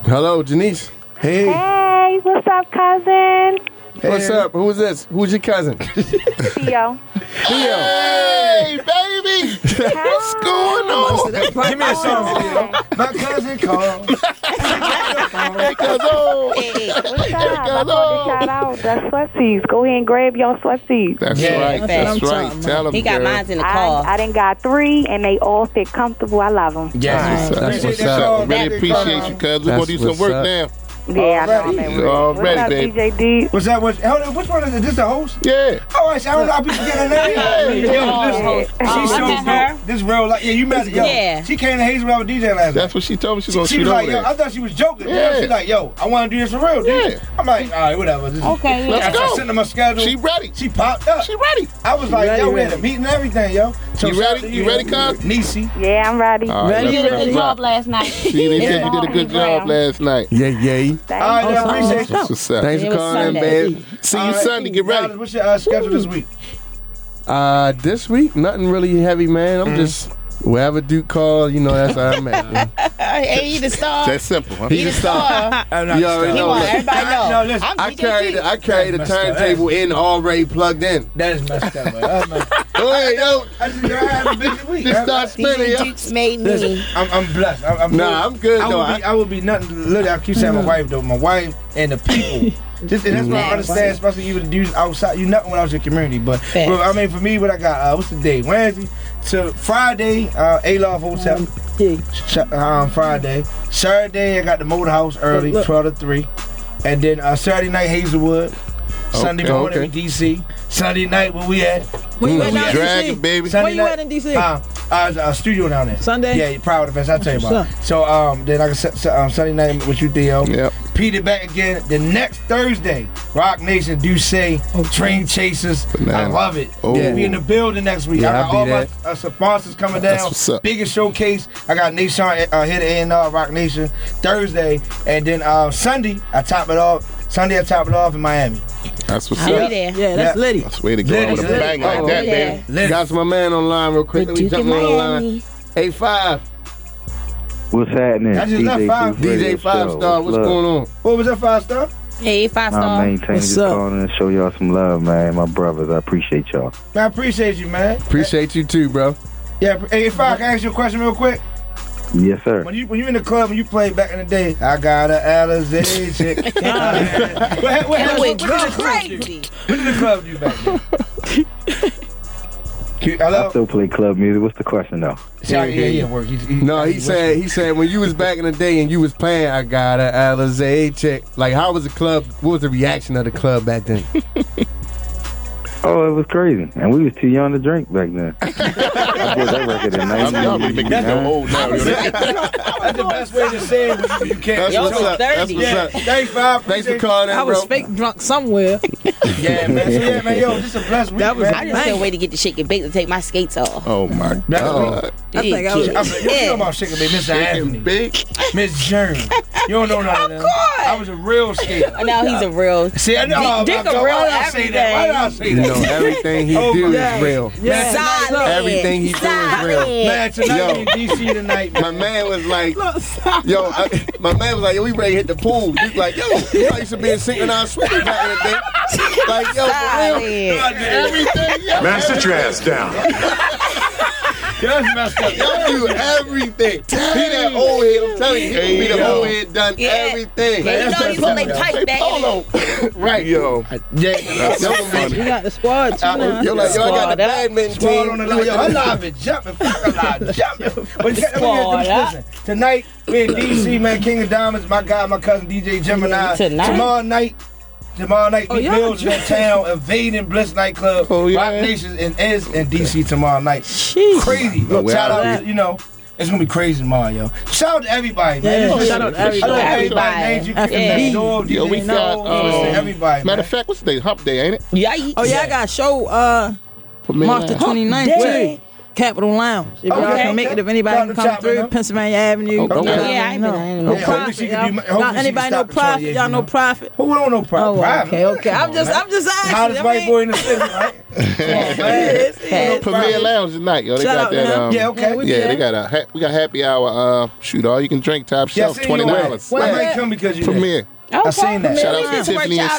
S3: Hello, Janice. Hey.
S11: Hey, what's up, cousin?
S3: What's up? Who is this? Who's your cousin?
S11: Theo.
S3: Theo.
S6: Hey, baby. What's going on?
S1: Give me a song, yo. Oh, My cousin called.
S6: Because, oh,
S11: What's up? I called to shout out the sweatsies. Go ahead and grab your sweatsies.
S6: That's
S1: Yeah,
S6: right.
S5: that's what I'm talking
S6: That's right.
S5: about.
S6: Tell him.
S2: He got
S6: girl.
S2: mines in the
S11: I, I
S2: car.
S11: done got three, and they all fit comfortable. I love them.
S1: Yeah,
S3: That's what's
S1: Appreciate
S3: up.
S1: that call.
S6: Really appreciate you, cuz. We're going
S3: That's
S6: to do some
S3: what's
S6: work
S3: up.
S6: now.
S11: Yeah, I know.
S1: Alrighty.
S11: I'm at work.
S6: Alrighty,
S11: what's up,
S6: babe.
S11: DJ D?
S1: What's that? What's, hold on, which one is it? This the host?
S6: Yeah.
S1: Oh, I don't know. I be forgetting her name. Yo, this, she's
S2: I
S1: so
S2: met her.
S1: dope. This real life. Yeah, you met her. Yo,
S2: Yeah.
S1: She came to Hazel Rock with DJ last night.
S6: That's what she told me she's going to
S1: She
S6: shoot
S1: was
S6: over
S1: like, yo,
S6: there.
S1: I thought she was joking. Yeah.
S6: Yeah.
S1: She's like, yo, I want to do this for real, dude.
S6: Yeah.
S1: I'm like, all right, whatever. This is-
S2: Okay,
S6: Let's
S1: I
S6: go.
S1: sent her my schedule.
S6: She ready.
S1: She popped up.
S6: She ready.
S1: I was like,
S5: ready,
S1: yo, we had
S5: ready.
S1: a meeting and everything, yo.
S6: You
S1: shout
S6: ready?
S1: out to
S6: You ready, cuz?
S1: Niecy.
S11: Yeah, I'm ready.
S6: All right,
S5: Ready?
S6: let's
S5: You did a
S6: rock.
S2: last night.
S6: See, they said you did a good
S11: Yeah.
S6: job last night.
S3: Yeah, yeah.
S1: All right, I appreciate you.
S3: Thanks for calling, babe.
S1: All right. Dallas, What's your uh, schedule this week?
S3: Uh, this week, nothing really heavy, man.
S1: Mm.
S3: I'm just wherever Duke call, you know, that's how I'm at. man.
S12: hey, he the star.
S3: That's simple, huh?
S12: He
S3: He
S12: the
S3: the
S12: star.
S3: star. I'm not
S12: You
S3: the
S12: already know.
S3: star. He want everybody
S12: I-
S3: know.
S12: no, listen.
S3: I
S12: I'm
S3: carry the I carry the
S12: That's messed up.
S3: turntable in already plugged in.
S1: That is messed up.
S3: Go ahead, yo. Just start spinning, yo.
S1: Listen, I'm, I'm blessed. I'm, I'm
S3: Nah,
S1: good.
S3: I'm good,
S1: I would,
S3: though.
S1: Be, I would be nothing. Look, I keep saying my wife though. My wife and the people. Just, and that's what I
S12: Facts.
S1: understand, especially you the dudes outside. You nothing when I was your community, but
S12: Facts.
S1: bro, I mean for me, what I got? Uh, what's the day? Wednesday to Friday. Uh, Alof Hotel.
S5: Mm.
S1: Sh- um, Friday. Saturday, I got the Motor House early,
S12: Look, look.
S1: twelve to three, and then uh, Saturday night Hazelwood. Sunday
S6: Okay,
S1: morning
S6: okay.
S1: in DC. Sunday night where we at?
S6: Where you at Mm, now in Dragon, DC? baby.
S1: Sunday
S6: Where you
S1: night-
S6: at in DC?
S1: Uh, uh, uh, studio down there. Sunday. Yeah, proud of us. I'll tell you about. it. So um, then like I said, so, um, Sunday night with you, Theo. Yep. Peter back again the next Thursday. Rock Nation, do say Train Chasers. I
S6: Banana.
S1: love it.
S6: Oh.
S1: Yeah, we in the building next week.
S6: Yeah,
S1: I
S6: I
S1: got
S6: be
S1: all
S6: there.
S1: my uh, sponsors coming
S6: That's
S1: down.
S6: what's up.
S1: Biggest showcase. I got Nation uh, here at A&R Rock Nation Thursday, and then uh, Sunday I top it off. Sunday I top it off in Miami.
S6: That's what's
S1: I'll
S6: up.
S1: be there. Yeah, that's Yeah. Liddy.
S6: That's way to go out with a
S1: Liddy,
S6: bang like
S2: Oh,
S1: Liddy.
S6: that,
S1: Yeah.
S6: baby.
S3: Got my man online real quick.
S1: With
S3: Let me
S1: Duke
S3: jump
S1: in
S3: on the
S1: Miami.
S3: line. A five.
S13: What's happening?
S1: I just left five.
S13: Duke Radio Show. Love.
S1: on? What was that five star?
S2: Hey, five
S13: I maintain just calling and show y'all some love, man. My brothers, I appreciate y'all.
S1: Man, I appreciate you, man.
S3: Appreciate you too, bro.
S1: Yeah, hey, if I can ask you a question real quick.
S13: Yes, sir.
S1: When you when you in the club and you play back in the day, I got a Alizé chick. what, what, what,
S12: That
S1: what,
S12: went
S1: what, what,
S12: crazy.
S1: When did the club do back then?
S13: I still play club music. What's the question though?
S3: no, Uh, he said he said when you was back in the day and you was playing, I got a Alizé check. Like, how was the club? What was the reaction of the club back then?
S13: Oh, it was crazy, and we was too young to drink back then. I did that record in
S6: I'm- y'all really making me feel
S13: 1999.
S6: old now. yo.
S1: That's the best way to say it when you can't.
S6: That's what's
S1: Yo,
S6: up. That's what's
S1: yeah.
S6: up.
S1: Thanks, Bob.
S6: Thanks for
S1: Appreciate
S6: calling
S1: you.
S6: in,
S5: I was fake drunk somewhere.
S1: Yeah, man. So, yeah, man. Yo, just a blessed week,
S5: That was
S1: man.
S2: I just can't wait to get the shit and bake to take my skates off.
S6: Oh my god.
S1: I think I was. I was you know about shaking big, Miss Anthony, Miss Journey. You don't know none of them. I was a real skater.
S2: Oh, Now he's a real.
S1: See, I know.
S2: Dick-
S1: oh,
S2: Dick
S1: my
S2: a
S1: God,
S2: real
S1: why did I say that? Why did I say
S3: You
S1: that?
S3: know, everything he
S1: Oh,
S3: do
S1: my
S3: is
S1: God.
S3: real.
S1: Man, tonight-
S3: Solid. Everything he do is real. Solid.
S1: Man, tonight
S3: Yo.
S1: in DC tonight,
S3: My man was like, yo, I, my man was like, yo, we ready to hit the pool. He's like, yo, you used to be in synchronized swimming back in the day. Like, yo, for real.
S1: Oh,
S12: Solid.
S3: Everything, yo.
S14: Master Trash down.
S1: That's messed up.
S3: Y'all do everything. He that old head, I'm telling you, he
S6: Hey,
S3: be the
S6: yo.
S3: old head done
S6: Yeah.
S3: everything.
S6: Yeah, you know, you pull they pipe back in
S3: back. right.
S6: Yo.
S3: Yeah,
S6: That's so funny.
S5: We got the squad. too now.
S3: Yo, like, yo, I got the badminton
S1: Squad
S3: team.
S1: on the line. Yo, her live is jumping. Fuck her live jumping. But you gotta-
S12: Squad
S1: listen,
S12: up.
S1: listen, tonight, we in DC, man. King of Diamonds, my guy, my cousin DJ Gemini.
S12: Tonight?
S1: Tomorrow night. Tomorrow night, we
S12: y'all
S1: build
S12: jumping.
S1: that town, invading Bliss Nightclub. Rock Nation and is in DC tomorrow night. Crazy.
S6: No,
S1: Look,
S6: we
S1: shout
S6: out
S1: out,
S6: here.
S1: you know. It's gonna be crazy tomorrow, yo. Shout out to everybody, man.
S6: Yeah,
S5: Oh,
S1: Just-
S6: shout out to
S1: I know
S6: everybody.
S1: everybody. names you can
S6: Yeah.
S1: connect to,
S6: Yo,
S1: DJ
S6: we got,
S1: Know, listen,
S6: um,
S1: everybody.
S6: Matter
S1: man.
S6: of fact, what's today? Hump day, ain't it?
S2: Yeah.
S5: Oh yeah, I got a show uh,
S6: me in
S5: March the
S6: line.
S5: 29th
S6: Hump
S5: too. Capitol Lounge. If y'all
S1: Okay.
S5: can make it, if anybody can come through, Pennsylvania Avenue.
S1: Okay.
S5: y'all
S1: Yeah, I
S5: already know.
S1: been- I
S5: No
S1: know. Hopefully she
S5: profit,
S1: can
S5: y'all.
S1: do
S5: Y'all-
S1: my- hopefully she
S5: Anybody
S1: can
S5: no
S1: stop the
S5: profit? Y'all no profit?
S1: Who don't know profit?
S5: Oh,
S1: Private.
S5: okay, okay.
S1: Come
S5: I'm
S1: on,
S5: just,
S1: man.
S5: I'm just asking.
S1: Hottest
S5: I
S1: white
S5: mean-
S1: boy in the city, right?
S6: Premier Lounge tonight, yo. They
S5: Shout
S6: got
S5: out,
S6: that.
S5: man.
S6: Um,
S5: Yeah, okay.
S6: Yeah, they got a ha- we got happy hour. Uh, shoot, all you can drink, top shelf,
S1: seen
S6: twenty dollars.
S1: you. Where? Where? I might come because you there.
S6: Premier.
S1: I seen that.
S6: Shout out to Tiffany and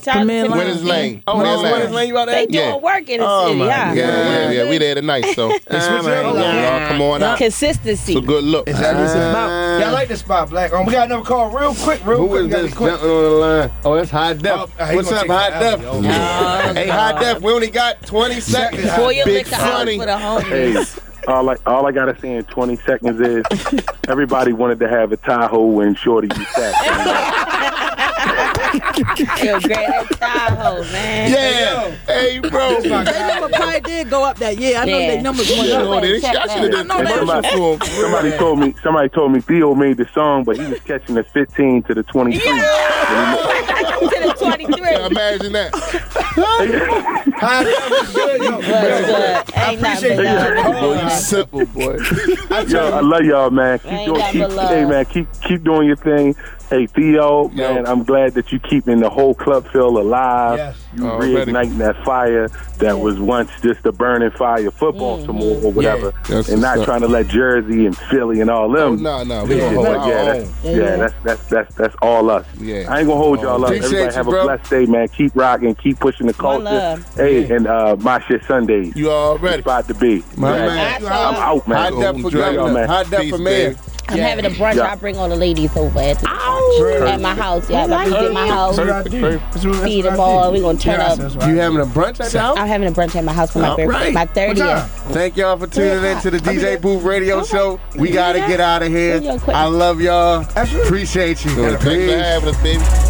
S6: Steve. Winners Lane. Winners
S2: They doing work in the city, yeah.
S6: Yeah, yeah, yeah. We there tonight, so y'all come on out.
S2: Consistency.
S6: So good luck.
S1: Exactly what it's about. Y'all like this spot, Black. Um, we got another call real quick, real
S3: Who
S1: quick.
S3: is
S1: We gotta be
S3: this
S1: quick.
S3: jumping on the line? Oh, that's High Def.
S1: Oh, he
S3: What's
S1: gonna
S3: up,
S1: take
S3: High
S1: the
S3: Def?
S1: alley.
S3: hey, High Def, we only got 20 seconds.
S2: Uh, Pour your
S3: Big
S2: liquor out
S3: funny.
S2: for the
S14: Hey,
S2: homies.
S14: all I, all I gotta say in 20 seconds is everybody wanted to have a Tahoe when Shorty you sat.
S2: Yo, great at Tahoe, man.
S6: Yeah. Hey, bro.
S5: They number probably did go up that year. I know
S2: Yeah.
S5: they numbers went
S2: Yeah.
S5: up.
S2: Lord, it- I should've done
S5: I know
S14: And
S5: they
S14: somebody, somebody told me somebody told me Theo made the song, but he was catching the 15 to the 23.
S2: to the 23.
S6: Imagine that.
S1: High Def was good, yo.
S2: uh,
S1: I appreciate you.
S14: Boy, you
S6: simple, boy.
S14: Yo, I love y'all, man. Keep
S2: Ain't
S14: doing,
S2: got
S14: keep,
S2: but love.
S14: hey, man, keep keep doing your thing. Hey Theo, man, I'm glad that you keeping the whole club feel alive. You
S6: Already.
S14: reigniting that fire that was once just a burning fire, football some more or whatever,
S6: That's
S14: and not
S6: what's up.
S14: trying to let Jersey and Philly and all them.
S6: Oh, no, no, we
S14: yeah,
S6: gonna hold
S14: but
S6: our
S14: yeah,
S6: own.
S14: that's,
S6: Yeah,
S14: yeah,
S6: yeah.
S14: that's that's that's that's all us.
S6: Yeah.
S14: I ain't gonna hold y'all up.
S6: Appreciate
S14: Everybody
S6: you,
S14: have
S6: bro.
S14: a blessed day, man. Keep rocking, keep pushing the culture.
S6: love.
S14: Hey, and uh, my shit Sundays.
S6: You already
S14: spot to be.
S6: My
S14: Yeah.
S6: man.
S14: I'm out, man.
S6: High def for
S14: Enjoy y'all,
S6: governor.
S14: man.
S6: High def
S14: Peace,
S6: for mayor.
S14: baby.
S2: I'm having a brunch.
S14: Yeah.
S2: I bring all the ladies over at, the, at my house. Yeah, I be at my house. Feed them all. We're gonna turn up.
S3: You having a brunch at the house?
S2: I'm having a brunch at my house for my
S3: All
S2: birthday.
S3: right.
S2: My
S3: What
S2: 30th.
S3: Thank y'all for tuning in to the DJ Booth Radio Show. We gotta get out of here. I love y'all. Appreciate you.
S6: Thanks for having us, baby.